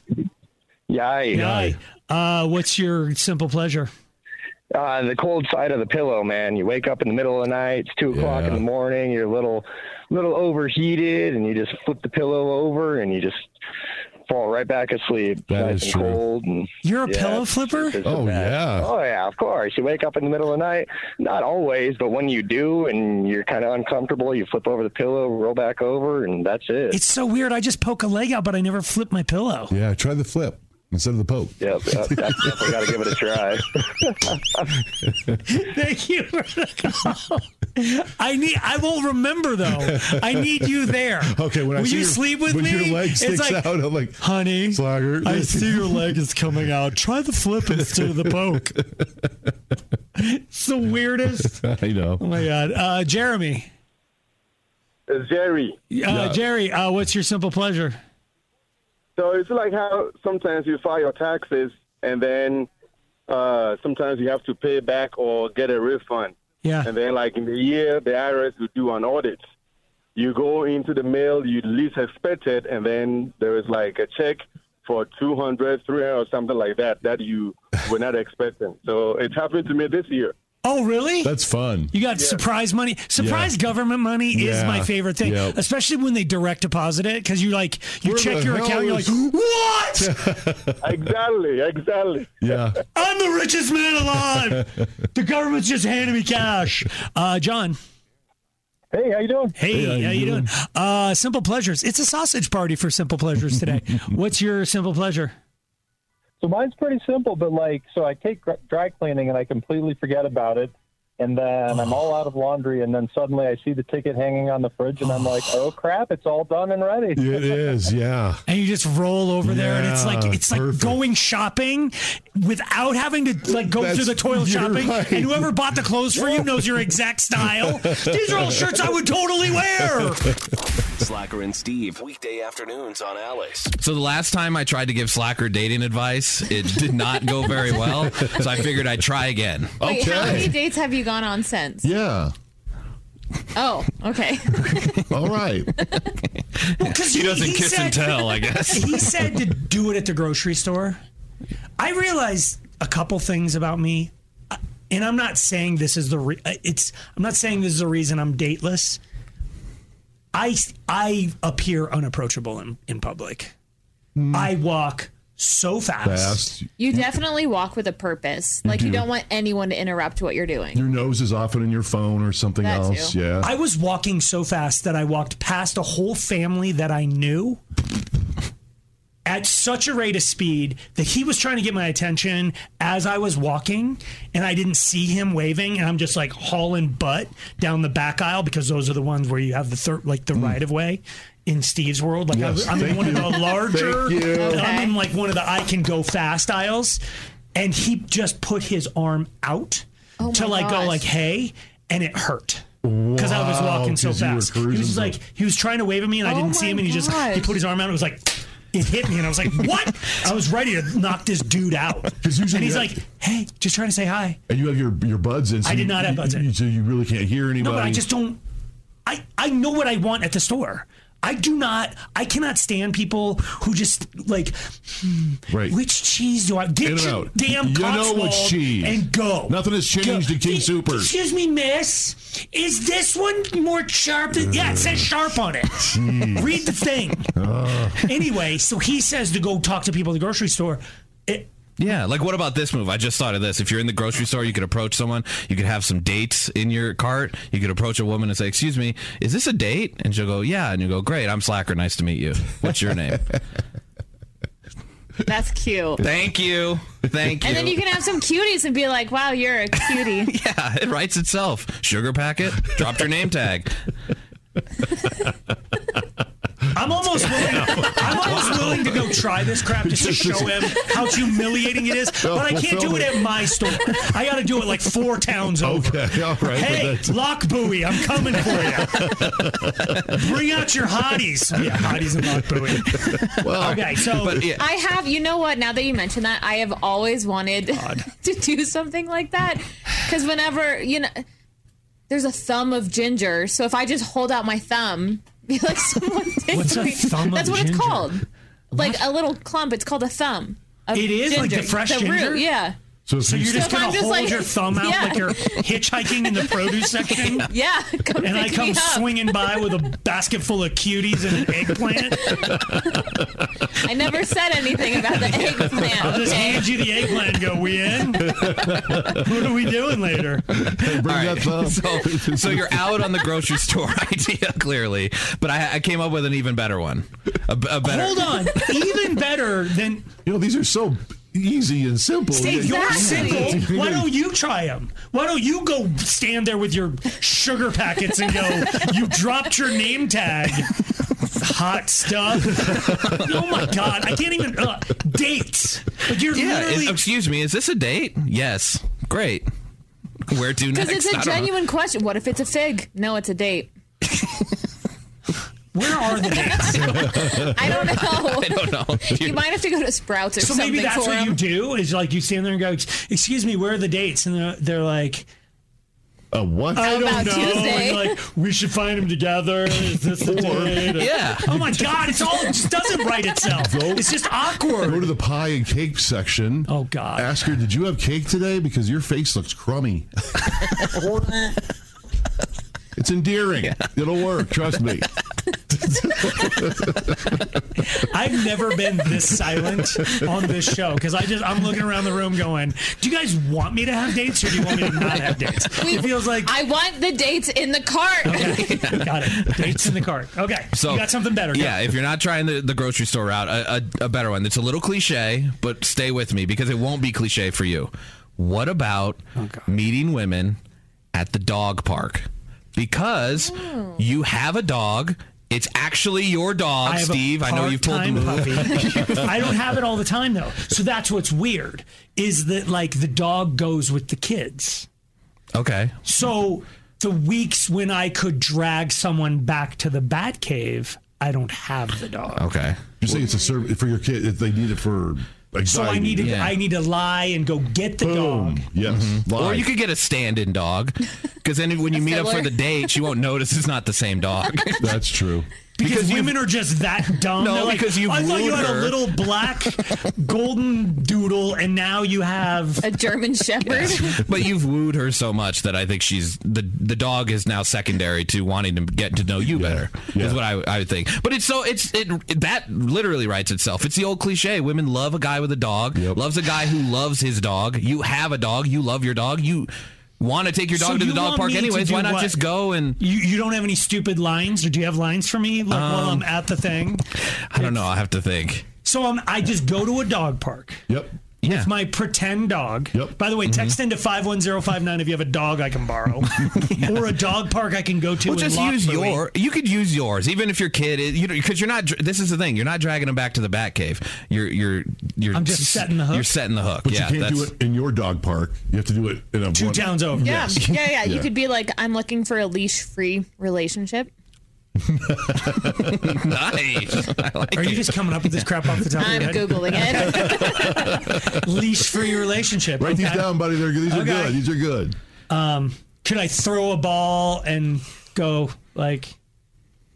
[SPEAKER 12] yay.
[SPEAKER 2] Guy. Uh, what's your simple pleasure?
[SPEAKER 12] Uh, the cold side of the pillow, man. You wake up in the middle of the night. It's two o'clock in
[SPEAKER 3] Yeah.
[SPEAKER 12] the morning. You're a little, little overheated, and you just flip the pillow over, and you just fall right back asleep.
[SPEAKER 3] That
[SPEAKER 12] nice
[SPEAKER 3] is
[SPEAKER 12] and
[SPEAKER 3] true.
[SPEAKER 12] Cold and
[SPEAKER 2] You're a
[SPEAKER 12] yeah,
[SPEAKER 2] pillow
[SPEAKER 12] it's-
[SPEAKER 2] flipper?
[SPEAKER 12] it's the
[SPEAKER 3] Oh,
[SPEAKER 12] best.
[SPEAKER 3] yeah.
[SPEAKER 12] Oh yeah, of course. You wake up in the middle of the night. Not always, but when you do, and you're kind of uncomfortable, you flip over the pillow, roll back over, and that's it.
[SPEAKER 2] It's so weird. I just poke a leg out, but I never flip my pillow.
[SPEAKER 3] Yeah, try the flip. instead of the Pope.
[SPEAKER 12] Yeah, I, I definitely got to give it a try.
[SPEAKER 2] Thank you for the call. I need. I won't remember though. I need you there.
[SPEAKER 3] Okay, when
[SPEAKER 2] will
[SPEAKER 3] I see
[SPEAKER 2] you
[SPEAKER 3] your-
[SPEAKER 2] sleep with
[SPEAKER 3] when
[SPEAKER 2] me?
[SPEAKER 3] your leg
[SPEAKER 2] It's
[SPEAKER 3] sticks
[SPEAKER 2] like,
[SPEAKER 3] out, I'm like,
[SPEAKER 2] honey,
[SPEAKER 3] Slugger.
[SPEAKER 2] I see your leg is coming out. Try the flip instead of the poke. it's the weirdest.
[SPEAKER 3] I know.
[SPEAKER 2] Oh my god, uh, Jeremy.
[SPEAKER 14] Jerry.
[SPEAKER 2] Uh, Jerry, uh, what's your simple pleasure?
[SPEAKER 14] So it's like how sometimes you file your taxes and then uh, sometimes you have to pay back or get a refund.
[SPEAKER 2] Yeah.
[SPEAKER 14] And then, like in the year, the IRS will do an audit. You go into the mail you least expect it, and then there is like a check for 200, 300, or something like that that you were not expecting. So it happened to me this year.
[SPEAKER 2] Oh, really?
[SPEAKER 3] That's fun.
[SPEAKER 2] You got surprise money. Surprise government money is
[SPEAKER 3] Yeah.
[SPEAKER 2] my favorite thing,
[SPEAKER 3] Yep.
[SPEAKER 2] especially when they direct deposit it because you like you
[SPEAKER 14] Where
[SPEAKER 2] check
[SPEAKER 14] the
[SPEAKER 2] your
[SPEAKER 14] hell
[SPEAKER 2] account. You're like,
[SPEAKER 14] is-
[SPEAKER 2] what?
[SPEAKER 14] exactly, exactly.
[SPEAKER 3] Yeah.
[SPEAKER 2] I'm the richest man alive. the government's just handing me cash. Uh, John.
[SPEAKER 15] Hey, how you doing?
[SPEAKER 2] Hey, how, you doing? Uh, Simple Pleasures. It's a sausage party for Simple Pleasures today. What's your simple pleasure?
[SPEAKER 15] So mine's pretty simple, but like, so I take gr- dry cleaning and I completely forget about it. And then I'm all out of laundry, and then suddenly I see the ticket hanging on the fridge, and I'm like, "Oh crap! It's all done and ready."
[SPEAKER 3] It is, yeah.
[SPEAKER 2] And you just roll over there, and it's like
[SPEAKER 3] Yeah,
[SPEAKER 2] it's like going shopping without having to like go through
[SPEAKER 3] That's-
[SPEAKER 2] the toilet
[SPEAKER 3] you're
[SPEAKER 2] shopping.
[SPEAKER 3] right.
[SPEAKER 2] And whoever bought the clothes for you knows your exact style. These are all shirts I would totally wear.
[SPEAKER 1] Slacker and Steve, weekday afternoons on Alice.
[SPEAKER 5] So the last time I tried to give Slacker dating advice, it did not go very well. So I figured I'd try again.
[SPEAKER 4] Wait, how many dates have you gone on since?
[SPEAKER 3] Yeah.
[SPEAKER 4] Oh, okay.
[SPEAKER 3] All right.
[SPEAKER 2] Because
[SPEAKER 5] He doesn't kiss and tell, I guess.
[SPEAKER 2] he said to do it at the grocery store. I realized a couple things about me, uh, and I'm not saying this is the re- uh, it's. I'm not saying this is the reason I'm dateless. I I appear unapproachable in in public. I walk so fast.
[SPEAKER 3] Fast.
[SPEAKER 4] You definitely walk with a purpose. Like
[SPEAKER 2] Mm-hmm.
[SPEAKER 4] you
[SPEAKER 3] do.
[SPEAKER 4] don't want anyone to interrupt what you're doing.
[SPEAKER 3] Your nose is often in your phone or something
[SPEAKER 4] That
[SPEAKER 3] else.
[SPEAKER 4] too.
[SPEAKER 3] Yeah.
[SPEAKER 2] I was walking so fast that I walked past a whole family that I knew at such a rate of speed that he was trying to get my attention as I was walking and I didn't see him waving and I'm just like hauling butt down the back aisle because those are the ones where you have the third like the right of way in Steve's world like
[SPEAKER 3] Hmm. Yes,
[SPEAKER 2] I, am in
[SPEAKER 3] thank
[SPEAKER 2] one of
[SPEAKER 3] you.
[SPEAKER 2] the larger
[SPEAKER 3] Thank you.
[SPEAKER 2] I'm in like one of the I can go fast aisles and he just put his arm out
[SPEAKER 4] Oh
[SPEAKER 2] to
[SPEAKER 4] my
[SPEAKER 2] like go
[SPEAKER 4] gosh.
[SPEAKER 2] like hey and it hurt because I was walking
[SPEAKER 3] Wow,
[SPEAKER 2] so
[SPEAKER 3] 'cause you
[SPEAKER 2] fast.
[SPEAKER 3] were
[SPEAKER 2] He was
[SPEAKER 3] cruising
[SPEAKER 2] just
[SPEAKER 3] so-
[SPEAKER 2] like he was trying to wave at me, and I
[SPEAKER 4] Oh
[SPEAKER 2] didn't see
[SPEAKER 4] my
[SPEAKER 2] him, and he just he
[SPEAKER 4] gosh.
[SPEAKER 2] put his arm out. and It was like it hit me, and I was like, "What?" I was ready to knock this dude out. and he's
[SPEAKER 3] you
[SPEAKER 2] like,
[SPEAKER 3] have-
[SPEAKER 2] "Hey, just trying to say hi."
[SPEAKER 3] And you have your, your buds in.
[SPEAKER 2] I did
[SPEAKER 3] you-
[SPEAKER 2] not have buds in.
[SPEAKER 3] you- So you really can't hear anybody.
[SPEAKER 2] No, but I just don't. I I know what I want at the store. I do not. I cannot stand people who just like. hmm,
[SPEAKER 3] Right.
[SPEAKER 2] Which cheese do I get?
[SPEAKER 3] In and
[SPEAKER 2] your
[SPEAKER 3] out.
[SPEAKER 2] damn
[SPEAKER 3] You know
[SPEAKER 2] Cotswold
[SPEAKER 3] what cheese.
[SPEAKER 2] and go.
[SPEAKER 3] Nothing has changed in King
[SPEAKER 2] Hey,
[SPEAKER 3] Super.
[SPEAKER 2] Excuse me, miss. Is this one more sharp? Than, yeah, it says sharp on it.
[SPEAKER 3] Hmm.
[SPEAKER 2] Read the thing.
[SPEAKER 3] Uh.
[SPEAKER 2] anyway, so he says to go talk to people at the grocery store. It,
[SPEAKER 5] Yeah, like what about this move? I just thought of this. If you're in the grocery store, you could approach someone. You could have some dates in your cart. You could approach a woman and say, "Excuse me, is this a date?" And she'll go, "Yeah." And you go, "Great, I'm Slacker. Nice to meet you. What's your name?"
[SPEAKER 4] That's cute.
[SPEAKER 5] Thank you. Thank you.
[SPEAKER 4] And then you can have some cuties and be like, "Wow, you're a cutie."
[SPEAKER 5] yeah, it writes itself. Sugar packet. Dropped your name tag.
[SPEAKER 2] I'm almost willing. I'm almost willing to go try this crap just to show him how humiliating it is. But I can't do it at my store. I got to do it like four towns over.
[SPEAKER 3] Okay, all right, but
[SPEAKER 2] Hey,
[SPEAKER 3] that's-
[SPEAKER 2] lock buoy, I'm coming for you. Bring out your hotties. Yeah, hotties and lock buoy. okay, so
[SPEAKER 4] I have, you know what? Now that you mention that, I have always wanted
[SPEAKER 2] Oh,
[SPEAKER 4] to do something like that because whenever you know, there's a thumb of ginger. So if I just hold out my thumb, be like, "Someone take
[SPEAKER 2] What's a
[SPEAKER 4] me."
[SPEAKER 2] thumb of
[SPEAKER 4] That's what it's
[SPEAKER 2] ginger?
[SPEAKER 4] called. Like a little clump. It's called a thumb. of
[SPEAKER 2] It is? Like the
[SPEAKER 4] ginger.
[SPEAKER 2] fresh
[SPEAKER 4] root,
[SPEAKER 2] ginger?
[SPEAKER 4] yeah.
[SPEAKER 3] So if
[SPEAKER 2] So
[SPEAKER 3] you
[SPEAKER 2] you're just
[SPEAKER 3] stick-
[SPEAKER 2] gonna
[SPEAKER 4] I'm just
[SPEAKER 2] hold
[SPEAKER 4] like-
[SPEAKER 2] your thumb out
[SPEAKER 4] Yeah.
[SPEAKER 2] like you're hitchhiking in the produce section?
[SPEAKER 4] Yeah, come
[SPEAKER 2] and I
[SPEAKER 4] pick
[SPEAKER 2] come
[SPEAKER 4] me up.
[SPEAKER 2] swinging by with a basket full of cuties and an eggplant.
[SPEAKER 4] I never said anything about the eggplant.
[SPEAKER 2] I'll just
[SPEAKER 4] okay?
[SPEAKER 2] hand you the eggplant and go, "We in? what are we doing later?"
[SPEAKER 5] All right. So, so you're out on the grocery store idea, clearly. But I, I came up with an even better one. A, b- a better.
[SPEAKER 2] Hold on, even better than
[SPEAKER 3] you know these are so easy and simple.
[SPEAKER 2] You're simple. Why don't you try them? Why don't you go stand there with your sugar packets and go? You dropped your name tag. Hot stuff. Oh my god, I can't even uh, dates. Like you're
[SPEAKER 5] Yeah. is-
[SPEAKER 2] literally
[SPEAKER 5] excuse me. Is this a date? Yes. Great. Where to next?
[SPEAKER 4] Because it's
[SPEAKER 5] I
[SPEAKER 4] a
[SPEAKER 5] don't know.
[SPEAKER 4] genuine question. What if it's a fig? No, it's a date.
[SPEAKER 2] Where are the dates?
[SPEAKER 4] I don't know.
[SPEAKER 2] I don't know.
[SPEAKER 4] You might have to go to Sprouts or
[SPEAKER 2] so
[SPEAKER 4] something
[SPEAKER 2] maybe that's
[SPEAKER 4] for
[SPEAKER 2] what
[SPEAKER 4] him.
[SPEAKER 2] you do is like you stand there and go, "Ex- "Excuse me, where are the dates?" And they're, they're like,
[SPEAKER 3] "A what?"
[SPEAKER 2] I don't
[SPEAKER 4] about
[SPEAKER 2] know.
[SPEAKER 4] Tuesday?
[SPEAKER 2] And like we should find them together. Is this the date?
[SPEAKER 3] Yeah.
[SPEAKER 2] Oh my god, it's all it just doesn't write itself. It's just awkward.
[SPEAKER 3] Go to the pie and cake section.
[SPEAKER 2] Oh God!
[SPEAKER 3] Ask her, did you have cake today? Because your face looks crummy. it's endearing. It'll work. Trust me.
[SPEAKER 2] I've never been this silent on this show because I just I'm looking around the room going, "Do you guys want me to have dates or do you want me to not have dates?" It feels like
[SPEAKER 4] I want the dates in the cart.
[SPEAKER 2] got it. Dates in the cart. Okay,
[SPEAKER 5] So
[SPEAKER 2] you got something better. Go.
[SPEAKER 5] Yeah, if you're not trying the, the grocery store route, a, a, a better one. It's a little cliche, but stay with me because it won't be cliche for you. What about meeting women at the dog park? Because you have a dog. It's actually your dog,
[SPEAKER 2] I have a
[SPEAKER 5] Steve. I know you've told the
[SPEAKER 2] part-time
[SPEAKER 5] movie.
[SPEAKER 2] puppy. I don't have it all the time though, so that's what's weird is that like the dog goes with the kids.
[SPEAKER 5] Okay.
[SPEAKER 2] So the weeks when I could drag someone back to the bat cave, I don't have the dog.
[SPEAKER 5] Okay.
[SPEAKER 3] You say it's a service for your kid if they need it for anxiety.
[SPEAKER 2] So I need to I need to lie and go get the dog. Mm-hmm.
[SPEAKER 3] Yes.
[SPEAKER 5] Or you could get a stand-in dog, because then when you meet up for
[SPEAKER 2] Similar.
[SPEAKER 5] the date, she won't notice it's not the same dog.
[SPEAKER 3] That's true.
[SPEAKER 2] Because, women are just that dumb.
[SPEAKER 5] No,
[SPEAKER 2] They're like,
[SPEAKER 5] because you've
[SPEAKER 2] I thought you
[SPEAKER 5] wooed
[SPEAKER 2] had
[SPEAKER 5] her."
[SPEAKER 2] a little black golden doodle, and now you have
[SPEAKER 4] a German Shepherd.
[SPEAKER 5] but you've wooed her so much that I think she's the the dog is now secondary to wanting to get to know you better. Is what I, I would think. But it's so it's it, that literally writes itself. It's the old cliche. Women love a guy with a dog. Loves a guy who loves his dog. You have a dog. You love your dog. You want to take your dog
[SPEAKER 2] So
[SPEAKER 5] to the
[SPEAKER 2] you
[SPEAKER 5] dog
[SPEAKER 2] want
[SPEAKER 5] park
[SPEAKER 2] me to
[SPEAKER 5] anyways.
[SPEAKER 2] do
[SPEAKER 5] Why not
[SPEAKER 2] what?
[SPEAKER 5] just go and
[SPEAKER 2] You you don't have any stupid lines, or do you have lines for me? Like while I'm
[SPEAKER 5] Um,
[SPEAKER 2] at the thing.
[SPEAKER 5] I don't know. I have to think.
[SPEAKER 2] So um, I just go to a dog park.
[SPEAKER 3] Yep.
[SPEAKER 5] Yeah. Mm-hmm.
[SPEAKER 2] With my pretend dog. Yep. By the way, text into five one zero five nine if you have a dog I can borrow, or a dog park I can go to.
[SPEAKER 5] Well,
[SPEAKER 2] in
[SPEAKER 5] just use
[SPEAKER 2] Lock Buoy.
[SPEAKER 5] your. You could use yours, even if your kid. Is, you know, because you're not. dr- This is the thing. You're not dragging them back to the Batcave. You're. You're. You're.
[SPEAKER 2] I'm just
[SPEAKER 5] s-
[SPEAKER 2] setting the hook.
[SPEAKER 5] You're setting the hook.
[SPEAKER 3] But
[SPEAKER 5] yeah.
[SPEAKER 3] you can't do
[SPEAKER 5] that's-
[SPEAKER 3] it in your dog park. You have to do it in a
[SPEAKER 2] Two
[SPEAKER 3] one-
[SPEAKER 2] towns over.
[SPEAKER 4] Yeah.
[SPEAKER 3] Yes.
[SPEAKER 4] yeah, yeah, You could be like, I'm looking for a leash free relationship.
[SPEAKER 5] nice.
[SPEAKER 2] Are you just coming up with this crap off the top
[SPEAKER 4] I'm
[SPEAKER 2] of your head?
[SPEAKER 4] Googling it.
[SPEAKER 2] Leash free relationship.
[SPEAKER 3] Write these
[SPEAKER 2] Okay.
[SPEAKER 3] down, buddy. They're, these are
[SPEAKER 2] Okay.
[SPEAKER 3] good. These are good.
[SPEAKER 2] Um, could I throw a ball and go like,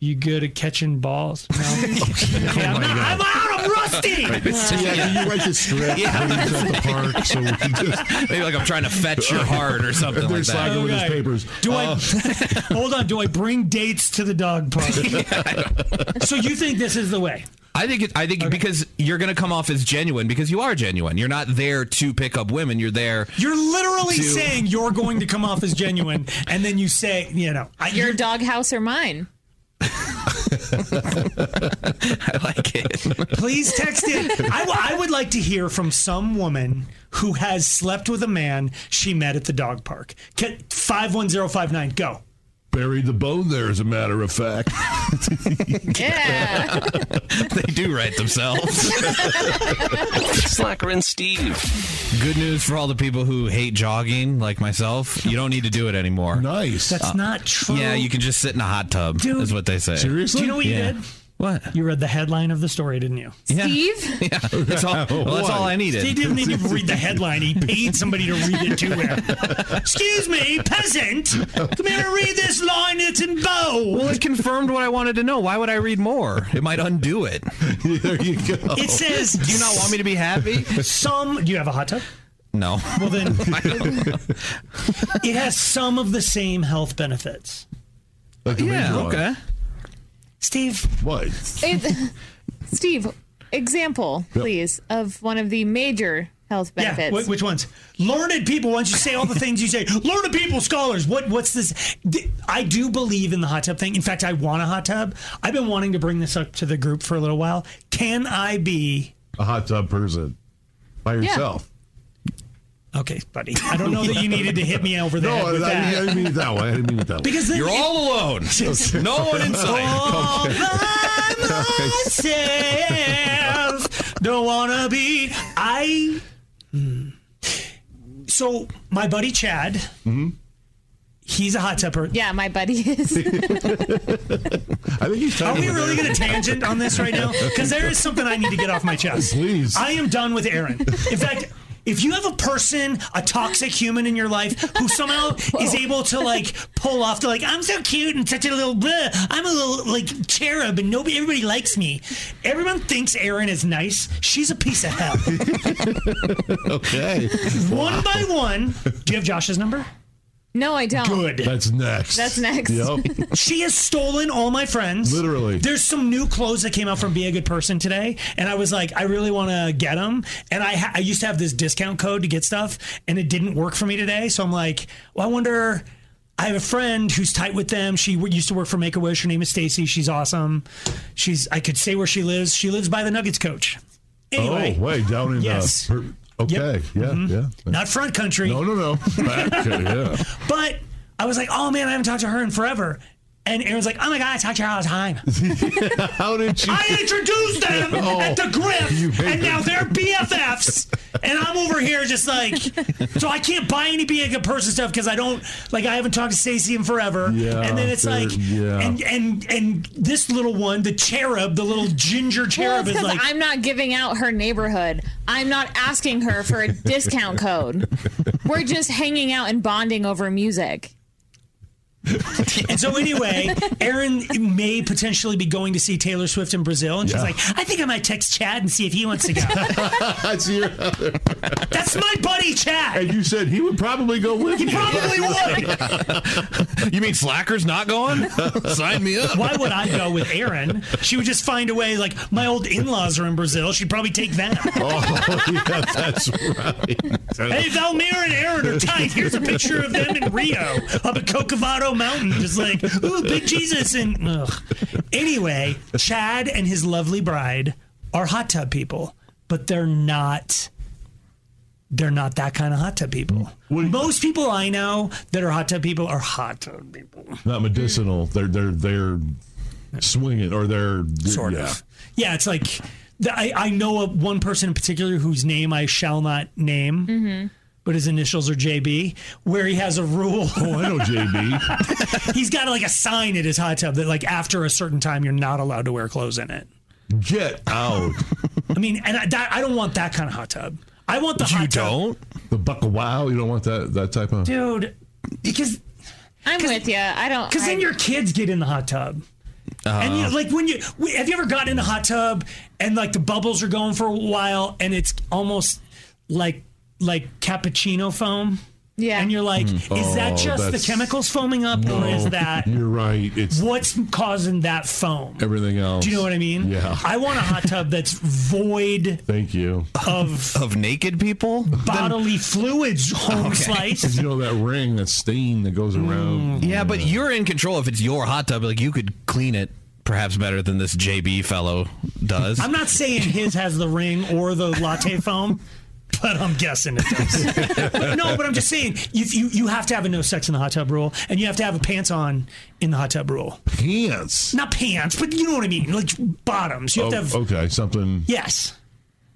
[SPEAKER 2] you good at catching balls? No. Okay, I'm, not, I'm out. I'm rusty.
[SPEAKER 3] Oh, Wait, this is- Yeah, you write the script when he's at the park, so we can just-
[SPEAKER 5] Maybe like I'm trying to fetch your heart or something
[SPEAKER 3] They're
[SPEAKER 5] like that.
[SPEAKER 3] slacking with his
[SPEAKER 2] Okay.
[SPEAKER 3] papers. Uh,
[SPEAKER 2] Do I hold on? Do I bring dates to the dog park? so you think this is the way?
[SPEAKER 5] I think it, I think because you're going to come off as genuine because you are genuine. You're not there to pick up women. You're there.
[SPEAKER 2] You're literally
[SPEAKER 5] To-
[SPEAKER 2] saying you're going to come off as genuine, and then you say, you know, I,
[SPEAKER 4] Your dog house or mine?
[SPEAKER 5] I like it.
[SPEAKER 2] Please text in. I, w- I would like to hear from some woman who has slept with a man she met at the dog park. Ca- 51059, go.
[SPEAKER 3] Buried the bone there, as a matter of fact.
[SPEAKER 4] yeah.
[SPEAKER 5] they do write themselves.
[SPEAKER 1] Slacker and Steve.
[SPEAKER 5] Good news for all the people who hate jogging, like myself. You don't need to do it anymore.
[SPEAKER 3] Nice. Uh,
[SPEAKER 2] That's not true.
[SPEAKER 5] Uh, Yeah, you can just sit in a hot tub.
[SPEAKER 2] Dude.
[SPEAKER 5] is what they say.
[SPEAKER 2] Do you know what you
[SPEAKER 5] Yeah.
[SPEAKER 2] did?
[SPEAKER 5] What?
[SPEAKER 2] You read the headline of the story, didn't you?
[SPEAKER 5] Yeah.
[SPEAKER 4] Steve?
[SPEAKER 5] Yeah, that's all. Well, that's all I needed.
[SPEAKER 2] He didn't even read the headline. He paid somebody to read it to him. Excuse me, peasant. Come here and read this line. It's in bold.
[SPEAKER 5] Well, it confirmed what I wanted to know. Why would I read more? It might undo it.
[SPEAKER 3] there you go.
[SPEAKER 5] Oh.
[SPEAKER 2] It says,
[SPEAKER 5] "Do you not want me to be happy?"
[SPEAKER 2] Some. Do you have a hot tub?
[SPEAKER 5] No.
[SPEAKER 2] Well, then
[SPEAKER 5] I don't know.
[SPEAKER 2] it has some of the same health benefits.
[SPEAKER 5] yeah. Okay.
[SPEAKER 2] Steve.
[SPEAKER 3] What?
[SPEAKER 4] It, Steve, example,
[SPEAKER 2] Yep.
[SPEAKER 4] please, of one of the major health
[SPEAKER 2] Yeah,
[SPEAKER 4] benefits.
[SPEAKER 2] wh- which ones? Learned people. Once you say all the things you say, learned people, scholars. What? What's this? Th- I do believe in the hot tub thing. In fact, I want a hot tub. I've been wanting to bring this up to the group for a little while. Can I be?
[SPEAKER 3] A hot tub person by
[SPEAKER 2] Yeah.
[SPEAKER 3] yourself.
[SPEAKER 2] Okay, buddy. I don't know that you needed to hit me over the head
[SPEAKER 3] No,
[SPEAKER 2] with
[SPEAKER 3] Oh, I,
[SPEAKER 2] that.
[SPEAKER 3] I didn't mean uh, it that way. I didn't mean it that way.
[SPEAKER 2] Because then You're it- all
[SPEAKER 5] alone.
[SPEAKER 2] No one in sight.
[SPEAKER 3] All
[SPEAKER 2] myself. Don't wanna be. I. Hmm. So my buddy Chad,
[SPEAKER 3] Mm-hmm.
[SPEAKER 2] he's a hot tupper.
[SPEAKER 4] Yeah, my buddy is.
[SPEAKER 3] I think he's
[SPEAKER 2] Are
[SPEAKER 3] talking
[SPEAKER 2] we
[SPEAKER 3] about
[SPEAKER 2] really
[SPEAKER 3] Aaron.
[SPEAKER 2] going to tangent on this right now? Because there is something I need to get off my chest.
[SPEAKER 3] Please.
[SPEAKER 2] I am done with Aaron. In fact, if you have a person, a toxic human in your life who somehow is able to like pull off the like, I'm so cute and such a little, bleh, I'm a little like cherub and nobody, everybody likes me. Everyone thinks Aaron is nice. She's a piece of hell.
[SPEAKER 3] okay.
[SPEAKER 2] One by one. Do you have Josh's number?
[SPEAKER 4] No, I don't.
[SPEAKER 2] Good.
[SPEAKER 3] That's next.
[SPEAKER 4] That's next. Yep.
[SPEAKER 2] she has stolen all my friends.
[SPEAKER 3] Literally.
[SPEAKER 2] There's some new clothes that came out from Be a Good Person today, and I was like, I really want to get them. And I ha- I used to have this discount code to get stuff, and it didn't work for me today. So I'm like, well, I wonder. I have a friend who's tight with them. She w- used to work for Make a Wish. Her name is Stacy. She's awesome. She's I could say where she lives. She lives by the Nuggets coach. Anyway,
[SPEAKER 3] oh, wait, down in
[SPEAKER 2] Yes. Mm-hmm.
[SPEAKER 3] the. Per, okay. Yeah. Yeah.
[SPEAKER 2] not front country.
[SPEAKER 3] No, no, no. Back, yeah.
[SPEAKER 2] But I was like, oh man, I haven't talked to her in forever. And Aaron's like, oh my God, I talk to her all the time.
[SPEAKER 3] How did you?
[SPEAKER 2] I introduced them
[SPEAKER 3] Oh,
[SPEAKER 2] at the
[SPEAKER 3] you
[SPEAKER 2] Griff,
[SPEAKER 3] hate
[SPEAKER 2] and now
[SPEAKER 3] them.
[SPEAKER 2] they're BFFs. and I'm over here just like, so I can't buy any being a good person stuff because I don't like I haven't talked to Stacey in forever.
[SPEAKER 3] Yeah,
[SPEAKER 2] and then it's
[SPEAKER 3] they're-
[SPEAKER 2] like,
[SPEAKER 3] yeah.
[SPEAKER 2] and and and this little one, the cherub, the little ginger cherub,
[SPEAKER 4] because
[SPEAKER 2] is like,
[SPEAKER 4] I'm not giving out her neighborhood. I'm not asking her for a discount code. We're just hanging out and bonding over music.
[SPEAKER 2] And so anyway, Erin may potentially be going to see Taylor Swift in Brazil, and she's
[SPEAKER 3] Yeah.
[SPEAKER 2] like, I think I might text Chad and see if he wants to go.
[SPEAKER 3] That's your other.
[SPEAKER 2] That's my buddy Chad.
[SPEAKER 3] And you said he would probably go with
[SPEAKER 2] He
[SPEAKER 3] you.
[SPEAKER 2] probably would.
[SPEAKER 5] You mean Slacker's not going? Sign me up.
[SPEAKER 2] Why would I go with Erin? She would just find a way. Like my old in-laws are in Brazil. She'd probably take them.
[SPEAKER 3] Oh, yeah, that's right.
[SPEAKER 2] Hey, Valmir and Aaron are tight. Here's a picture of them in Rio, up at Cocovado Mountain, just like, ooh, big Jesus. And ugh. anyway, Chad and his lovely bride are hot tub people, but they're not. They're not that kind of hot tub people. Most people I know that are hot tub people are hot tub people.
[SPEAKER 3] Not medicinal. They're they're they're swinging or they're
[SPEAKER 2] Sort
[SPEAKER 3] yeah.
[SPEAKER 2] of. Yeah, it's like the- I, I know of one person in particular whose name I shall not name, but his initials are JB, where he has a rule.
[SPEAKER 3] Oh, I know JB.
[SPEAKER 2] He's got like a sign at his hot tub that like after a certain time you're not allowed to wear clothes in it.
[SPEAKER 3] Get out.
[SPEAKER 2] I mean, and I, that, I don't want that kind of hot tub. I want the hot tub,
[SPEAKER 3] The buck wow. You don't want that that type of.
[SPEAKER 2] dude, because
[SPEAKER 4] I'm with you. I don't.
[SPEAKER 2] because then
[SPEAKER 4] I-
[SPEAKER 2] your kids get in the hot tub. And
[SPEAKER 3] Uh-huh.
[SPEAKER 2] you, like when you we- have you ever gotten in a hot tub and like the bubbles are going for a while and it's almost like like cappuccino foam.
[SPEAKER 4] Yeah.
[SPEAKER 2] And you're like, is
[SPEAKER 3] Oh,
[SPEAKER 2] that just the
[SPEAKER 3] that's-
[SPEAKER 2] chemicals foaming up or is that
[SPEAKER 3] Oh, You're right. It's
[SPEAKER 2] what's causing that foam?
[SPEAKER 3] everything else.
[SPEAKER 2] Do you know what I mean?
[SPEAKER 3] Yeah.
[SPEAKER 2] I want a hot tub that's void
[SPEAKER 3] Thank you.
[SPEAKER 2] of
[SPEAKER 5] Of naked people?
[SPEAKER 2] bodily fluids, home
[SPEAKER 5] Okay.
[SPEAKER 2] slice.
[SPEAKER 3] You know that ring, that stain that goes around.
[SPEAKER 2] Mm,
[SPEAKER 5] Yeah, but you're in control if it's your hot tub. Like you could clean it perhaps better than this JB fellow does.
[SPEAKER 2] I'm not saying his has the ring or the latte foam, but I'm guessing it does. But no, but I'm just saying you, you you have to have a no sex in the hot tub rule, and you have to have a pants on in the hot tub rule.
[SPEAKER 3] Pants.
[SPEAKER 2] Not pants, but you know what I mean, like bottoms. You have
[SPEAKER 3] Oh,
[SPEAKER 2] to have
[SPEAKER 3] okay, something.
[SPEAKER 2] yes.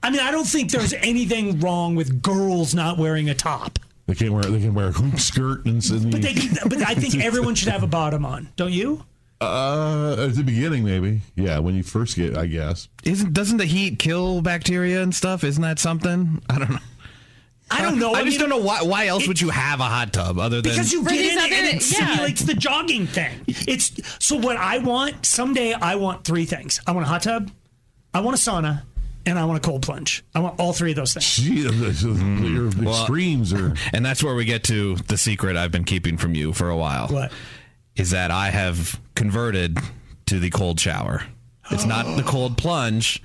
[SPEAKER 2] I mean, I don't think there's anything wrong with girls not wearing a top,
[SPEAKER 3] They can't wear. They can wear a hoop skirt and.
[SPEAKER 2] but they but I think everyone should have a bottom on, don't you?
[SPEAKER 3] Uh, at the beginning, maybe. Yeah, when you first get, I guess.
[SPEAKER 5] Isn't doesn't the heat kill bacteria and stuff? Isn't that something? I don't know.
[SPEAKER 2] I don't know.
[SPEAKER 5] I,
[SPEAKER 2] mean,
[SPEAKER 5] just don't know why. Why else would you have a hot tub other than
[SPEAKER 2] because you
[SPEAKER 4] For
[SPEAKER 2] get
[SPEAKER 4] these
[SPEAKER 2] in it
[SPEAKER 4] other-
[SPEAKER 2] and it
[SPEAKER 4] yeah.
[SPEAKER 2] simulates the jogging thing. It's so what I want someday. I want three things. I want a hot tub, I want a sauna, and I want a cold plunge. I want all three of those things.
[SPEAKER 5] Mm,
[SPEAKER 3] your extremes
[SPEAKER 5] are. And that's where we get to the secret I've been keeping from you for a while.
[SPEAKER 2] What?
[SPEAKER 5] Is that I have converted to the cold shower. It's not the cold plunge.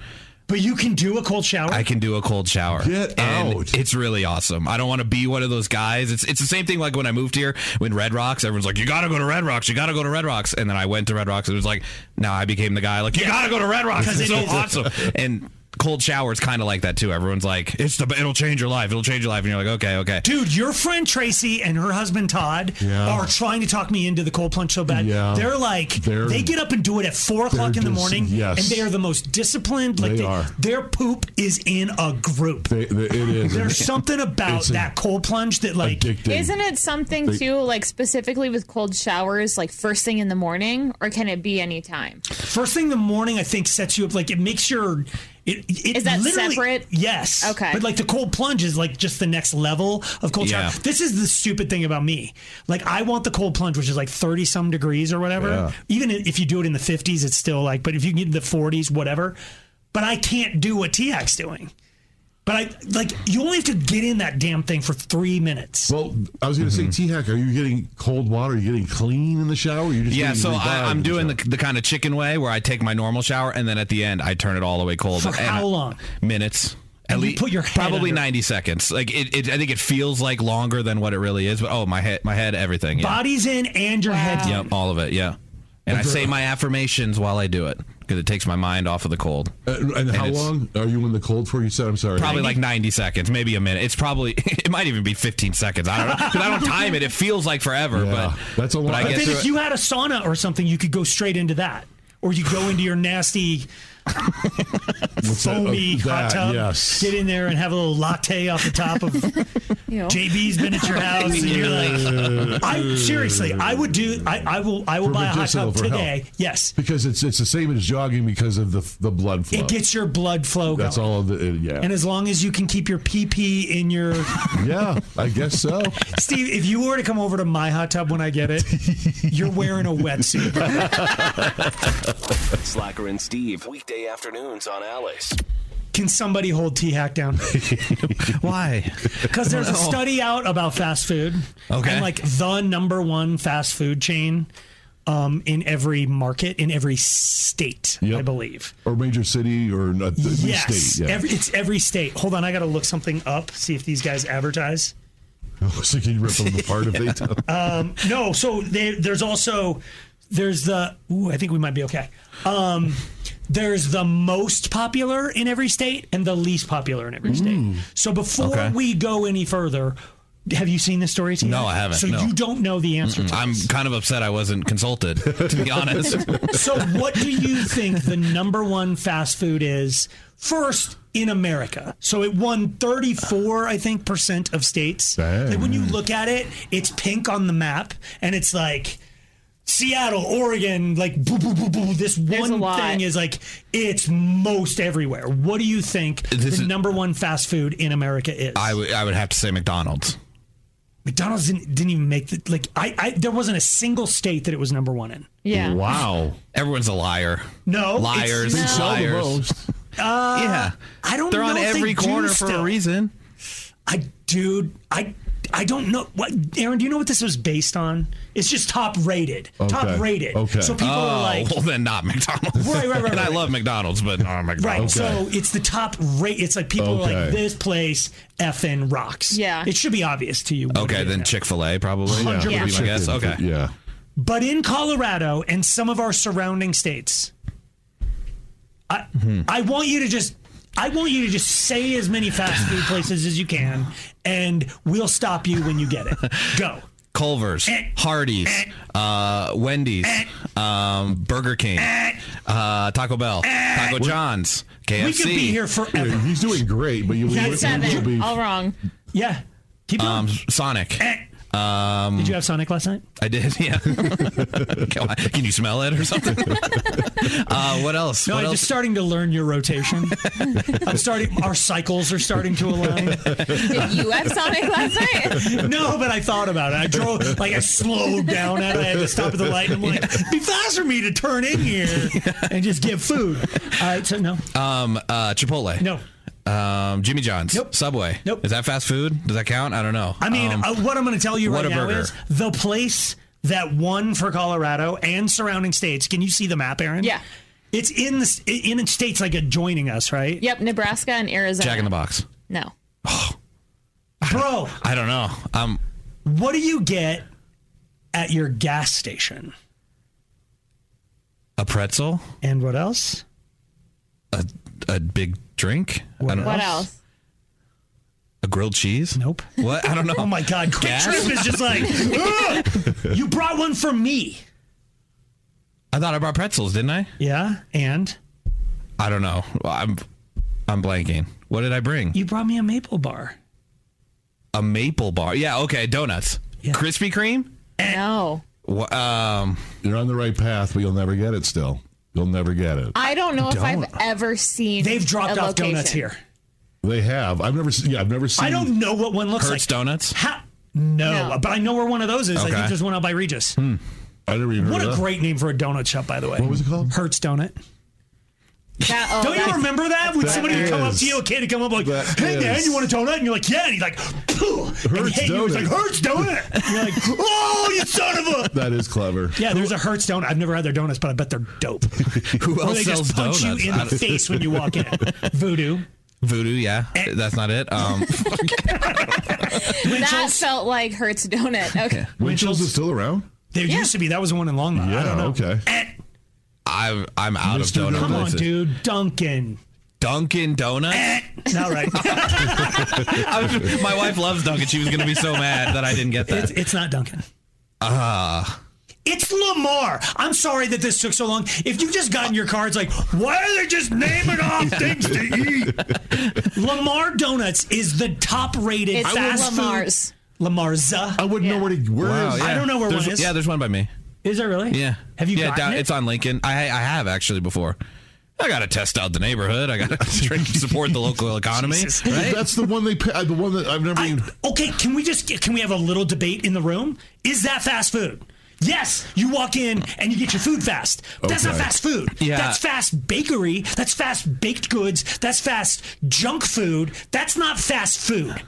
[SPEAKER 2] But you can do a cold shower.
[SPEAKER 5] I can do a cold shower.
[SPEAKER 3] Get
[SPEAKER 5] and
[SPEAKER 3] out.
[SPEAKER 5] It's really awesome. I don't want to be one of those guys. It's it's the same thing like when I moved here when Red Rocks. Everyone's like, you got to go to Red Rocks. You got to go to Red Rocks. And then I went to Red Rocks. And it was like, now I became the guy like, you
[SPEAKER 16] Yeah.
[SPEAKER 5] got to go to Red Rocks.
[SPEAKER 16] 'Cause
[SPEAKER 5] It's
[SPEAKER 16] it
[SPEAKER 5] so
[SPEAKER 16] is.
[SPEAKER 5] awesome. And cold shower is kind of like that too. Everyone's like, it's the it'll change your life. It'll change your life. And you're like, okay, okay.
[SPEAKER 2] Dude, your friend Tracy and her husband Todd
[SPEAKER 5] Yeah.
[SPEAKER 2] are trying to talk me into the cold plunge so bad.
[SPEAKER 5] Yeah.
[SPEAKER 2] They're like,
[SPEAKER 5] They're-
[SPEAKER 2] they get up and do it at four o'clock in the
[SPEAKER 3] dis-
[SPEAKER 2] morning,
[SPEAKER 3] yes.
[SPEAKER 2] and they are the most disciplined. Like
[SPEAKER 3] They are.
[SPEAKER 2] Their poop is in a group.
[SPEAKER 3] They, they, it is.
[SPEAKER 2] There's something about
[SPEAKER 3] It's a-
[SPEAKER 2] that cold plunge that, like,
[SPEAKER 3] addicting.
[SPEAKER 4] Isn't it something
[SPEAKER 3] They-
[SPEAKER 4] too, like specifically with cold showers, like first thing in the morning, or can it be any time?
[SPEAKER 2] First thing in the morning, I think sets you up. Like it makes your. It, it
[SPEAKER 4] Is that
[SPEAKER 2] literally-
[SPEAKER 4] separate?
[SPEAKER 2] Yes.
[SPEAKER 4] Okay.
[SPEAKER 2] But like the cold plunge is like just the next level of cold
[SPEAKER 5] Yeah.
[SPEAKER 2] shower. This is the stupid thing about me. Like I want the cold plunge, which is like thirty some degrees or whatever.
[SPEAKER 5] Yeah.
[SPEAKER 2] Even if you do it in the fifties, it's still like. But if you get in the forties, whatever. But I can't do what TX doing. But I like you only have to get in that damn thing for three minutes.
[SPEAKER 3] Well, I was going to
[SPEAKER 5] Mm-hmm.
[SPEAKER 3] say, T Hack, are you getting cold water? Are you getting clean in the shower? You're just
[SPEAKER 5] Yeah,
[SPEAKER 3] getting
[SPEAKER 5] so
[SPEAKER 3] revived
[SPEAKER 5] I, I'm
[SPEAKER 3] in the
[SPEAKER 5] doing
[SPEAKER 3] shower?
[SPEAKER 5] the, the kind of chicken way where I take my normal shower and then at the end I turn it all the way cold.
[SPEAKER 2] For
[SPEAKER 5] And
[SPEAKER 2] how
[SPEAKER 5] I-
[SPEAKER 2] long?
[SPEAKER 5] Minutes. At
[SPEAKER 2] And you
[SPEAKER 5] least
[SPEAKER 2] put your head
[SPEAKER 5] probably
[SPEAKER 2] under.
[SPEAKER 5] 90 seconds. Like it, it, I think it feels like longer than what it really is. But oh, my head, my head, everything. Yeah.
[SPEAKER 2] Body's in and your head.
[SPEAKER 5] Yep, all of it. Yeah. And I say my affirmations while I do it because it takes my mind off of the cold.
[SPEAKER 3] Uh, and how
[SPEAKER 5] it's
[SPEAKER 3] long are you in the cold for? You said, I'm sorry.
[SPEAKER 5] Probably like 90 seconds, maybe a minute. It's probably, it might even be 15 seconds. I don't know. 'Cause I don't time it. It feels like forever, but that's a lot. But I
[SPEAKER 2] But
[SPEAKER 5] get
[SPEAKER 2] then
[SPEAKER 5] through
[SPEAKER 2] if
[SPEAKER 5] it.
[SPEAKER 2] you had a sauna or something, you could go straight into that. Or you go into your nasty foamy
[SPEAKER 3] that? Oh,
[SPEAKER 2] hot
[SPEAKER 3] that,
[SPEAKER 2] tub,
[SPEAKER 3] yes.
[SPEAKER 2] get in there and have a little latte off the top of JB's been at your house, and you're like, I seriously, I would do, I, I will, I will
[SPEAKER 3] For
[SPEAKER 2] buy a hot
[SPEAKER 3] medicinal
[SPEAKER 2] tub
[SPEAKER 3] for health.
[SPEAKER 2] today. Yes,
[SPEAKER 3] Because it's it's the same as jogging because of the the blood flow.
[SPEAKER 2] it gets your blood flow
[SPEAKER 3] That's
[SPEAKER 2] going.
[SPEAKER 3] all of the yeah.
[SPEAKER 2] And as long as you can keep your PP in your
[SPEAKER 3] yeah, I guess so.
[SPEAKER 2] Steve, if you were to come over to my hot tub when I get it, you're wearing a wetsuit.
[SPEAKER 1] Slacker and Steve, weekday afternoons on Alice.
[SPEAKER 2] Can somebody hold T Hack down?
[SPEAKER 5] Why?
[SPEAKER 2] Because there's a
[SPEAKER 1] No.
[SPEAKER 2] study out about fast food.
[SPEAKER 5] Okay.
[SPEAKER 2] And like the number one fast food chain um, in every market, in every state, I believe.
[SPEAKER 3] Or major city or not the the
[SPEAKER 2] yes.
[SPEAKER 3] state. Yeah.
[SPEAKER 2] Every, it's every state. Hold on, I got to look something up, see if these guys advertise.
[SPEAKER 3] so can you rip them apart if they do?
[SPEAKER 2] Um, no, so they, there's also there's the ooh, I think we might be okay. Um, there's the most popular in every state and the least popular in every state. So before
[SPEAKER 5] Mm. Okay.
[SPEAKER 2] we go any further, have you seen this story? Tina?
[SPEAKER 5] No, I haven't,
[SPEAKER 2] So
[SPEAKER 5] no.
[SPEAKER 2] you don't know the answer.
[SPEAKER 5] Mm-mm. I'm kind of upset I wasn't consulted, to be honest.
[SPEAKER 2] so what do you think the number one fast food is first in America? So it won 34, I think, percent of states. Like when you look at it, it's pink on the map and it's like Seattle, Oregon, like boo, boo, boo, boo. This one
[SPEAKER 4] lot.
[SPEAKER 2] thing is like it's most everywhere. What do you think the
[SPEAKER 5] This is-
[SPEAKER 2] number one fast food in America is?
[SPEAKER 5] I would- I would have to say McDonald's.
[SPEAKER 2] McDonald's didn't, didn't even make the like. I, I there wasn't a single state that it was number one in.
[SPEAKER 5] Wow. Everyone's a liar.
[SPEAKER 2] No, it's-
[SPEAKER 5] Liars.
[SPEAKER 2] They sell the
[SPEAKER 5] liars.
[SPEAKER 2] most. Uh,
[SPEAKER 5] Yeah.
[SPEAKER 2] I don't.
[SPEAKER 5] They're
[SPEAKER 2] know
[SPEAKER 5] on
[SPEAKER 2] if they
[SPEAKER 5] every
[SPEAKER 2] do
[SPEAKER 5] corner for a
[SPEAKER 2] still.
[SPEAKER 5] reason.
[SPEAKER 2] I, dude, I, I don't know. What, Aaron? Do you know what this was based on? It's just top rated. Top rated. So people
[SPEAKER 5] oh,
[SPEAKER 2] are like,
[SPEAKER 5] well, then not McDonald's.
[SPEAKER 2] Right, right, right,
[SPEAKER 5] and I
[SPEAKER 2] right.
[SPEAKER 5] love McDonald's, but not McDonald's.
[SPEAKER 2] right. So it's the top rate. It's like people are like,
[SPEAKER 5] Okay.
[SPEAKER 2] this place effing rocks.
[SPEAKER 5] Yeah.
[SPEAKER 2] It should be obvious to you. what
[SPEAKER 5] okay,
[SPEAKER 2] it is.
[SPEAKER 5] then Chick Fil A probably.
[SPEAKER 2] Yeah.
[SPEAKER 5] would be my
[SPEAKER 2] 100%.
[SPEAKER 5] guess. Okay.
[SPEAKER 3] Yeah.
[SPEAKER 2] But in Colorado and some of our surrounding states, I
[SPEAKER 5] Hmm.
[SPEAKER 2] I want you to just I want you to just say as many fast food places as you can, and we'll stop you when you get it. Go.
[SPEAKER 5] Culver's,
[SPEAKER 2] Eh.
[SPEAKER 5] Hardee's, uh, Wendy's, um, Burger King, uh, Taco Bell, Taco John's, KFC.
[SPEAKER 2] Eh. We could be here forever.
[SPEAKER 5] He's doing great, but
[SPEAKER 3] you-
[SPEAKER 4] That's seven. All wrong.
[SPEAKER 2] Yeah. Keep Eh.
[SPEAKER 5] going. Um, Sonic. Um,
[SPEAKER 2] Did you have Sonic last night?
[SPEAKER 5] I did, yeah. Can I- can you smell it or something? uh, what else?
[SPEAKER 2] No,
[SPEAKER 5] what
[SPEAKER 2] I'm
[SPEAKER 5] else?
[SPEAKER 2] just starting to learn your rotation. I'm starting. Our cycles are starting to align.
[SPEAKER 4] Did you have Sonic last night?
[SPEAKER 2] No, but I thought about it. I drove like I slowed down at it. I had to stop at the light. And I'm like, be fast for me to turn in here and just get food. All right, so no,
[SPEAKER 5] Um, uh, Chipotle.
[SPEAKER 2] No.
[SPEAKER 5] Um, Jimmy John's. Nope. Subway. Nope. Is that fast food? Does that count? I don't know.
[SPEAKER 2] I mean,
[SPEAKER 5] Um,
[SPEAKER 2] uh, what I'm going to tell you right now
[SPEAKER 5] Whataburger.
[SPEAKER 2] is the place that won for Colorado and surrounding states. Can you see the map, Aaron? Yeah. It's in the s- in states like adjoining us, right?
[SPEAKER 4] Yep, Nebraska and Arizona.
[SPEAKER 5] Jack in the Box.
[SPEAKER 4] No.
[SPEAKER 2] Bro,
[SPEAKER 5] I don't know. Um,
[SPEAKER 2] what do you get at your gas station?
[SPEAKER 5] a pretzel,
[SPEAKER 2] And what else?
[SPEAKER 5] a a big drink. I don't
[SPEAKER 4] What
[SPEAKER 5] know.
[SPEAKER 4] else?
[SPEAKER 5] A grilled cheese. Nope. What? I don't know. oh
[SPEAKER 2] my god, Quick
[SPEAKER 5] Gas?
[SPEAKER 2] Trip is just like, "Ugh, you brought one for me.
[SPEAKER 5] I thought I brought pretzels, didn't I?
[SPEAKER 2] Yeah, and
[SPEAKER 5] I don't know. Well, I'm I'm blanking. What did I bring?
[SPEAKER 2] you brought me a maple bar.
[SPEAKER 5] A maple bar. Yeah. Okay. Donuts. Krispy Kreme.
[SPEAKER 2] Eh.
[SPEAKER 4] No.
[SPEAKER 5] Wha- Um,
[SPEAKER 3] You're on the right path, but you'll never get it. Still, you'll never get it.
[SPEAKER 4] I don't know if I've
[SPEAKER 3] Don't.
[SPEAKER 4] ever seen. They've
[SPEAKER 2] dropped off donuts here.
[SPEAKER 3] They have. I've never seen. Yeah, I've never seen.
[SPEAKER 2] I don't know what one looks
[SPEAKER 5] Hertz
[SPEAKER 2] like.
[SPEAKER 5] Donuts.
[SPEAKER 2] How? No,
[SPEAKER 3] No.
[SPEAKER 2] but I know where one of those is. I
[SPEAKER 3] Okay.
[SPEAKER 2] think there's one out by Regis.
[SPEAKER 5] Hmm,
[SPEAKER 3] I never even.
[SPEAKER 2] What
[SPEAKER 3] heard
[SPEAKER 2] a
[SPEAKER 3] of
[SPEAKER 2] great name for a donut shop, by the way. What was
[SPEAKER 3] it called?
[SPEAKER 2] Hertz Donut.
[SPEAKER 4] oh,
[SPEAKER 2] Don't you remember that? When
[SPEAKER 3] That
[SPEAKER 2] somebody would come up
[SPEAKER 3] is-
[SPEAKER 2] to you, a kid would come up like, "Hey man,
[SPEAKER 3] is-
[SPEAKER 2] you want a donut?" And you're like, "Yeah." And he's like, "Phew." and
[SPEAKER 3] Hertz
[SPEAKER 2] hit you. He's like,
[SPEAKER 3] Donut.
[SPEAKER 2] "Hertz Donut." And you're like, "Oh, you son of a!"
[SPEAKER 3] That is clever.
[SPEAKER 2] Yeah, there's a Hertz donut. I've never had their donuts, but I bet they're dope.
[SPEAKER 5] Who
[SPEAKER 2] Or
[SPEAKER 5] else
[SPEAKER 2] they
[SPEAKER 5] sells
[SPEAKER 2] just punch
[SPEAKER 5] donuts?
[SPEAKER 2] you
[SPEAKER 5] I
[SPEAKER 2] in the
[SPEAKER 5] don't-
[SPEAKER 2] face when you walk in. Voodoo.
[SPEAKER 5] Voodoo. Yeah.
[SPEAKER 2] Eh.
[SPEAKER 5] That's not it. Um,
[SPEAKER 4] That felt like Hertz Donut. Okay.
[SPEAKER 3] Winchell's is still around.
[SPEAKER 2] There used to be. That was the one in Longmont. I don't know.
[SPEAKER 3] Okay.
[SPEAKER 5] I'm I'm out
[SPEAKER 3] Mr.
[SPEAKER 5] of donut
[SPEAKER 2] Come on,
[SPEAKER 5] places.
[SPEAKER 2] dude. Eh. Duncan.
[SPEAKER 5] Dunkin' Donuts.
[SPEAKER 2] All right.
[SPEAKER 5] I was- my wife loves Dunkin'. She was gonna be so mad that I didn't get that.
[SPEAKER 2] It's, it's not Duncan.
[SPEAKER 5] Ah.
[SPEAKER 2] It's Lamar. I'm sorry that this took so long. If you just got in your car, it's like, why are they just naming off things to eat? Lamar Donuts is the top rated
[SPEAKER 4] It's
[SPEAKER 2] fast food-
[SPEAKER 4] Lamar's.
[SPEAKER 2] Lamar's. uh, I wouldn't know where to
[SPEAKER 3] where
[SPEAKER 5] Wow, yeah.
[SPEAKER 2] I don't know where
[SPEAKER 5] there's,
[SPEAKER 2] one is.
[SPEAKER 5] Yeah, there's one by me.
[SPEAKER 2] Is there really?
[SPEAKER 5] Yeah.
[SPEAKER 2] Have you
[SPEAKER 5] Yeah,
[SPEAKER 2] gotten it?
[SPEAKER 5] it's on Lincoln. I I have actually before. I gotta test out the neighborhood. I gotta drink, support the local economy.
[SPEAKER 2] Jesus.
[SPEAKER 5] Right?
[SPEAKER 3] That's the one they. pa- The one that I've never even.
[SPEAKER 2] Okay, can we just can we have a little debate in the room? Is that fast food? Yes, you walk in and you get your food fast. But That's not
[SPEAKER 5] Okay.
[SPEAKER 2] fast food.
[SPEAKER 5] Yeah.
[SPEAKER 2] That's fast bakery. That's fast baked goods. That's fast junk food. That's not fast food.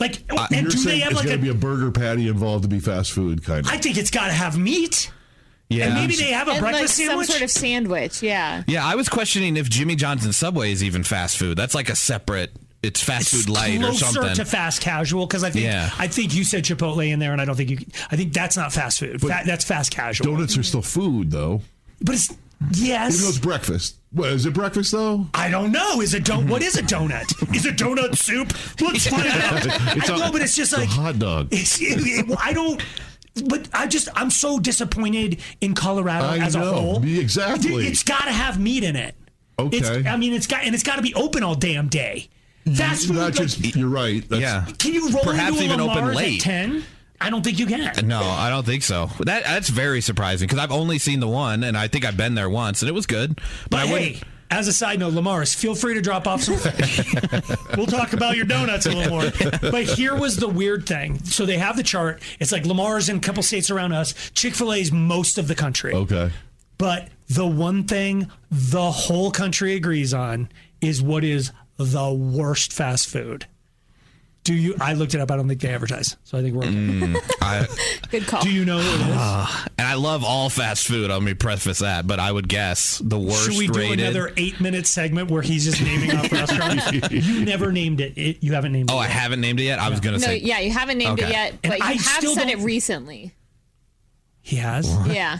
[SPEAKER 2] Like, and
[SPEAKER 5] Uh,
[SPEAKER 3] You're
[SPEAKER 2] do they
[SPEAKER 3] saying
[SPEAKER 2] have
[SPEAKER 3] it's
[SPEAKER 2] like a?
[SPEAKER 3] going to be a burger patty involved to be fast food kind of.
[SPEAKER 2] I think it's got to have meat.
[SPEAKER 5] Yeah.
[SPEAKER 2] And maybe they have a
[SPEAKER 4] and
[SPEAKER 2] breakfast
[SPEAKER 4] like
[SPEAKER 2] sandwich.
[SPEAKER 4] Some sort of sandwich, yeah.
[SPEAKER 5] Yeah, I was questioning if Jimmy John's and Subway is even fast food. That's like a separate. It's fast food light or
[SPEAKER 2] Closer
[SPEAKER 5] something.
[SPEAKER 2] to fast casual because I think
[SPEAKER 5] Yeah.
[SPEAKER 2] I think you said Chipotle in there, and I don't think you. I think that's not fast food. Fa- that's fast casual.
[SPEAKER 3] Donuts are still food though.
[SPEAKER 2] But it's
[SPEAKER 3] Even though
[SPEAKER 2] yes.
[SPEAKER 3] it's breakfast. What, is it breakfast though?
[SPEAKER 2] I don't know. Is it don't? What is a donut? Is it donut soup? Let's find out.
[SPEAKER 3] It's
[SPEAKER 2] I
[SPEAKER 3] a-
[SPEAKER 2] know, but it's just
[SPEAKER 3] it's a
[SPEAKER 2] like
[SPEAKER 3] hot dog.
[SPEAKER 2] It's, it- it- I don't. But I just I'm so disappointed in Colorado
[SPEAKER 3] I
[SPEAKER 2] as a
[SPEAKER 3] know.
[SPEAKER 2] whole.
[SPEAKER 3] Me- exactly.
[SPEAKER 2] Dude, It's got to have meat in it. It's,
[SPEAKER 3] Okay. Mm-hmm.
[SPEAKER 2] I mean, it's got and it's got to be open all damn day. Fast food.
[SPEAKER 3] Not
[SPEAKER 2] like,
[SPEAKER 3] just, you're right. That's,
[SPEAKER 5] yeah.
[SPEAKER 2] can you roll
[SPEAKER 5] Perhaps
[SPEAKER 2] into a
[SPEAKER 5] even open
[SPEAKER 2] Lamar's
[SPEAKER 5] late.
[SPEAKER 2] at ten? I don't think you can.
[SPEAKER 5] Uh, No, I don't think so. That that's very surprising because I've only seen the one, and I think I've been there once, and it was good. But,
[SPEAKER 2] But
[SPEAKER 5] I
[SPEAKER 2] hey,
[SPEAKER 5] wouldn't.
[SPEAKER 2] as a side note, Lamar's, feel free to drop off some. we'll talk about your donuts a little more. But here was the weird thing. So they have the chart. It's like Lamar's in a couple states around us. Chick Fil A's most of the country.
[SPEAKER 3] Okay.
[SPEAKER 2] But the one thing the whole country agrees on is what is the worst fast food. Do you? I looked it up. I don't think they advertise. So I think we're. okay.
[SPEAKER 5] I,
[SPEAKER 4] Good call.
[SPEAKER 2] Do you know? What it is?
[SPEAKER 5] Ah, and I love all fast food. Let me preface that, but I would guess the worst
[SPEAKER 2] Should we do
[SPEAKER 5] rated.
[SPEAKER 2] another eight-minute segment where he's just naming off restaurants? you never named it. It- You haven't named it.
[SPEAKER 5] oh, I haven't named it yet. I was gonna
[SPEAKER 4] No,
[SPEAKER 5] say.
[SPEAKER 4] yeah, you haven't named it
[SPEAKER 5] Okay.
[SPEAKER 4] yet, but
[SPEAKER 2] And
[SPEAKER 4] you
[SPEAKER 2] I
[SPEAKER 4] have
[SPEAKER 2] still
[SPEAKER 4] said it
[SPEAKER 2] don't-
[SPEAKER 4] recently.
[SPEAKER 2] He has.
[SPEAKER 4] Yeah.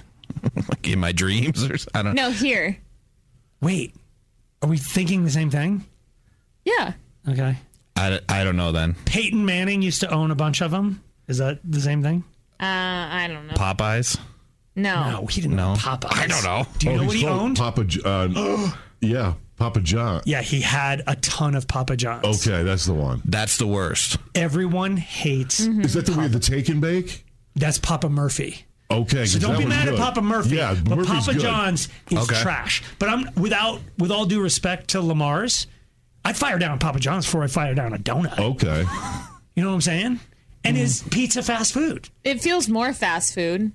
[SPEAKER 5] like in my dreams or s- I don't know.
[SPEAKER 4] No, here.
[SPEAKER 2] Wait, are we thinking the same thing?
[SPEAKER 4] Yeah.
[SPEAKER 2] Okay.
[SPEAKER 5] I, I don't know then.
[SPEAKER 2] Peyton Manning used to own a bunch of them. Is that the same thing?
[SPEAKER 4] Uh, I don't know.
[SPEAKER 5] Popeyes?
[SPEAKER 4] No.
[SPEAKER 2] he didn't know Popeyes.
[SPEAKER 5] I don't know.
[SPEAKER 2] Do you
[SPEAKER 3] Oh,
[SPEAKER 2] know
[SPEAKER 3] he's
[SPEAKER 2] what he
[SPEAKER 3] called
[SPEAKER 2] owned?
[SPEAKER 3] Papa. Jo- Uh, yeah. Papa John.
[SPEAKER 2] Yeah, he had a ton of Papa John's.
[SPEAKER 3] Okay, that's the
[SPEAKER 2] Mm-hmm.
[SPEAKER 3] one.
[SPEAKER 5] That's the worst.
[SPEAKER 2] Everyone hates.
[SPEAKER 3] Is that the way the take and bake?
[SPEAKER 2] That's Papa Murphy.
[SPEAKER 3] Okay,
[SPEAKER 2] So
[SPEAKER 3] 'cause
[SPEAKER 2] don't
[SPEAKER 3] that
[SPEAKER 2] be
[SPEAKER 3] one's
[SPEAKER 2] mad
[SPEAKER 3] good.
[SPEAKER 2] at Papa Murphy.
[SPEAKER 3] Yeah,
[SPEAKER 2] but
[SPEAKER 3] Murphy's
[SPEAKER 2] Papa
[SPEAKER 3] good.
[SPEAKER 2] John's is trash. But I'm without with all due respect to Lamar's, I'd fire down Papa John's before I fire down a donut.
[SPEAKER 3] Okay.
[SPEAKER 2] You know what I'm saying?
[SPEAKER 3] Mm-hmm.
[SPEAKER 2] And is pizza fast food?
[SPEAKER 4] It feels more fast food.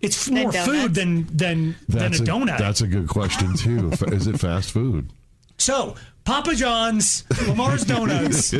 [SPEAKER 2] It's
[SPEAKER 4] than
[SPEAKER 2] More food
[SPEAKER 4] donuts.
[SPEAKER 2] than than than a donut.
[SPEAKER 3] That's a good question too. F- Is it fast food?
[SPEAKER 2] So, Papa John's, Lamar's Donuts.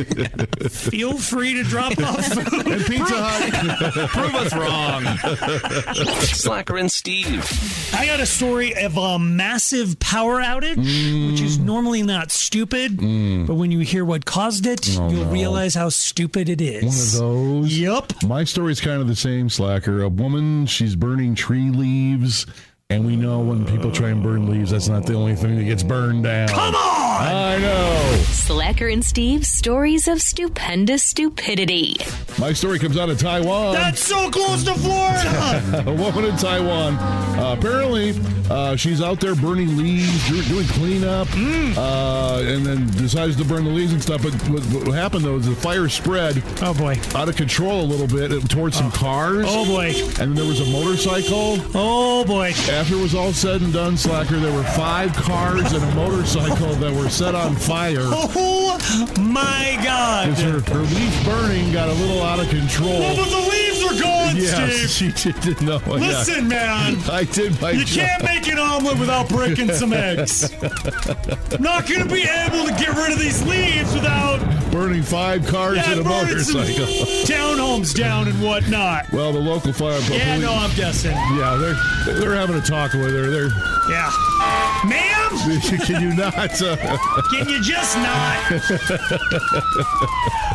[SPEAKER 2] Feel free to drop off food.
[SPEAKER 3] And Pizza Hut.
[SPEAKER 1] Prove us wrong. Slacker and Steve.
[SPEAKER 2] I got a story of a massive power outage, which
[SPEAKER 3] Mm.
[SPEAKER 2] is normally not stupid, but when you hear what caused it, you'll realize how stupid it is.
[SPEAKER 3] Oh, One of those.
[SPEAKER 2] Yep.
[SPEAKER 3] My story's kind of the same, Slacker. A woman, she's burning tree leaves. And we know when people try and burn leaves, that's not the only thing that gets burned down. Come on! I know.
[SPEAKER 16] Slacker and Steve's stories of stupendous stupidity.
[SPEAKER 3] My story comes out of Taiwan.
[SPEAKER 16] That's
[SPEAKER 2] so close to Florida!
[SPEAKER 3] a woman in Taiwan. Uh, apparently, uh, she's out there burning leaves, do- doing cleanup, uh, and then decides to burn the leaves and stuff. But what, what happened though is the fire spread.
[SPEAKER 2] Oh boy!
[SPEAKER 3] Out of control a little bit it- towards some cars.
[SPEAKER 2] Oh, boy!
[SPEAKER 3] And then there was a motorcycle.
[SPEAKER 2] Oh boy!
[SPEAKER 3] After it was all said and done, slacker, there were five cars and a motorcycle that were set on fire.
[SPEAKER 2] Oh my God!
[SPEAKER 3] Because her, her leaf burning got a little out of control.
[SPEAKER 2] Well, but the leaves are gone,
[SPEAKER 3] yes,
[SPEAKER 2] Steve.
[SPEAKER 3] she didn't know. yeah.
[SPEAKER 2] Listen, man.
[SPEAKER 3] I did my
[SPEAKER 2] You
[SPEAKER 3] job.
[SPEAKER 2] can't make an omelet without breaking some eggs. Not going to be able to get rid of these leaves without
[SPEAKER 3] burning five cars
[SPEAKER 2] yeah,
[SPEAKER 3] and a
[SPEAKER 2] burning
[SPEAKER 3] motorcycle.
[SPEAKER 2] some townhomes down and whatnot.
[SPEAKER 3] Well, the local fire.
[SPEAKER 2] Yeah, no, I'm guessing.
[SPEAKER 3] Yeah, they're they're having a talk over there. They're
[SPEAKER 2] Yeah. Ma'am?
[SPEAKER 3] Can you not? uh,
[SPEAKER 2] Can you just not?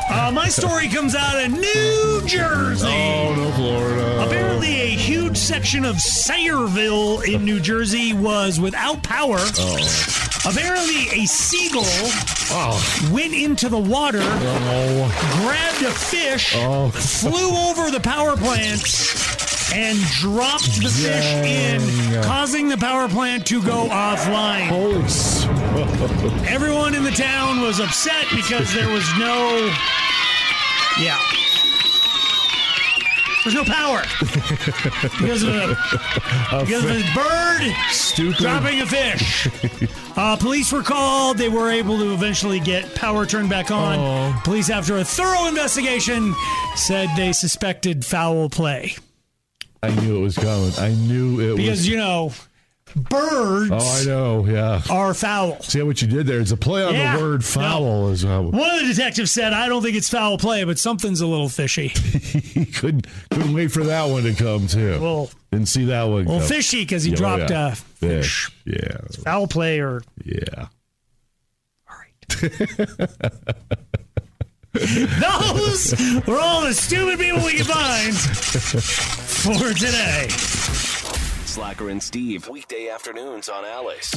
[SPEAKER 2] Uh, my story comes out of New Jersey.
[SPEAKER 3] Oh, no, Florida.
[SPEAKER 2] Apparently, a huge section of Sayreville in New Jersey was without power. Apparently, a seagull went into the water,
[SPEAKER 3] Oh,
[SPEAKER 2] grabbed a fish, flew over the power plant, and dropped the fish in, causing the power plant to go offline.
[SPEAKER 3] Holy
[SPEAKER 2] Everyone in the town was upset because there was no. Yeah. There's no power. Because of a- because of a bird
[SPEAKER 3] Stupid.
[SPEAKER 2] dropping a fish. Uh, police were called. They were able to eventually get power turned back on.
[SPEAKER 3] Oh.
[SPEAKER 2] Police, after a thorough investigation, said they suspected foul play
[SPEAKER 3] I knew it was coming. I knew it
[SPEAKER 2] because
[SPEAKER 3] was.
[SPEAKER 2] you know birds
[SPEAKER 3] oh, I know. Yeah.
[SPEAKER 2] are foul.
[SPEAKER 3] See what you did there? It's a play on
[SPEAKER 2] Yeah.
[SPEAKER 3] the word foul. Is how
[SPEAKER 2] One of the detectives said, "I don't think it's foul play, but something's a little fishy."
[SPEAKER 3] he couldn't couldn't wait for that one to come too.
[SPEAKER 2] Well,
[SPEAKER 3] didn't see that one.
[SPEAKER 2] well,
[SPEAKER 3] come.
[SPEAKER 2] fishy 'cause he
[SPEAKER 3] Yeah, oh,
[SPEAKER 2] dropped
[SPEAKER 3] yeah.
[SPEAKER 2] a
[SPEAKER 3] fish. Yeah.
[SPEAKER 2] foul play or
[SPEAKER 3] Yeah.
[SPEAKER 2] those were all the stupid people we could find for today.
[SPEAKER 1] Slacker and Steve. Weekday afternoons on Alice.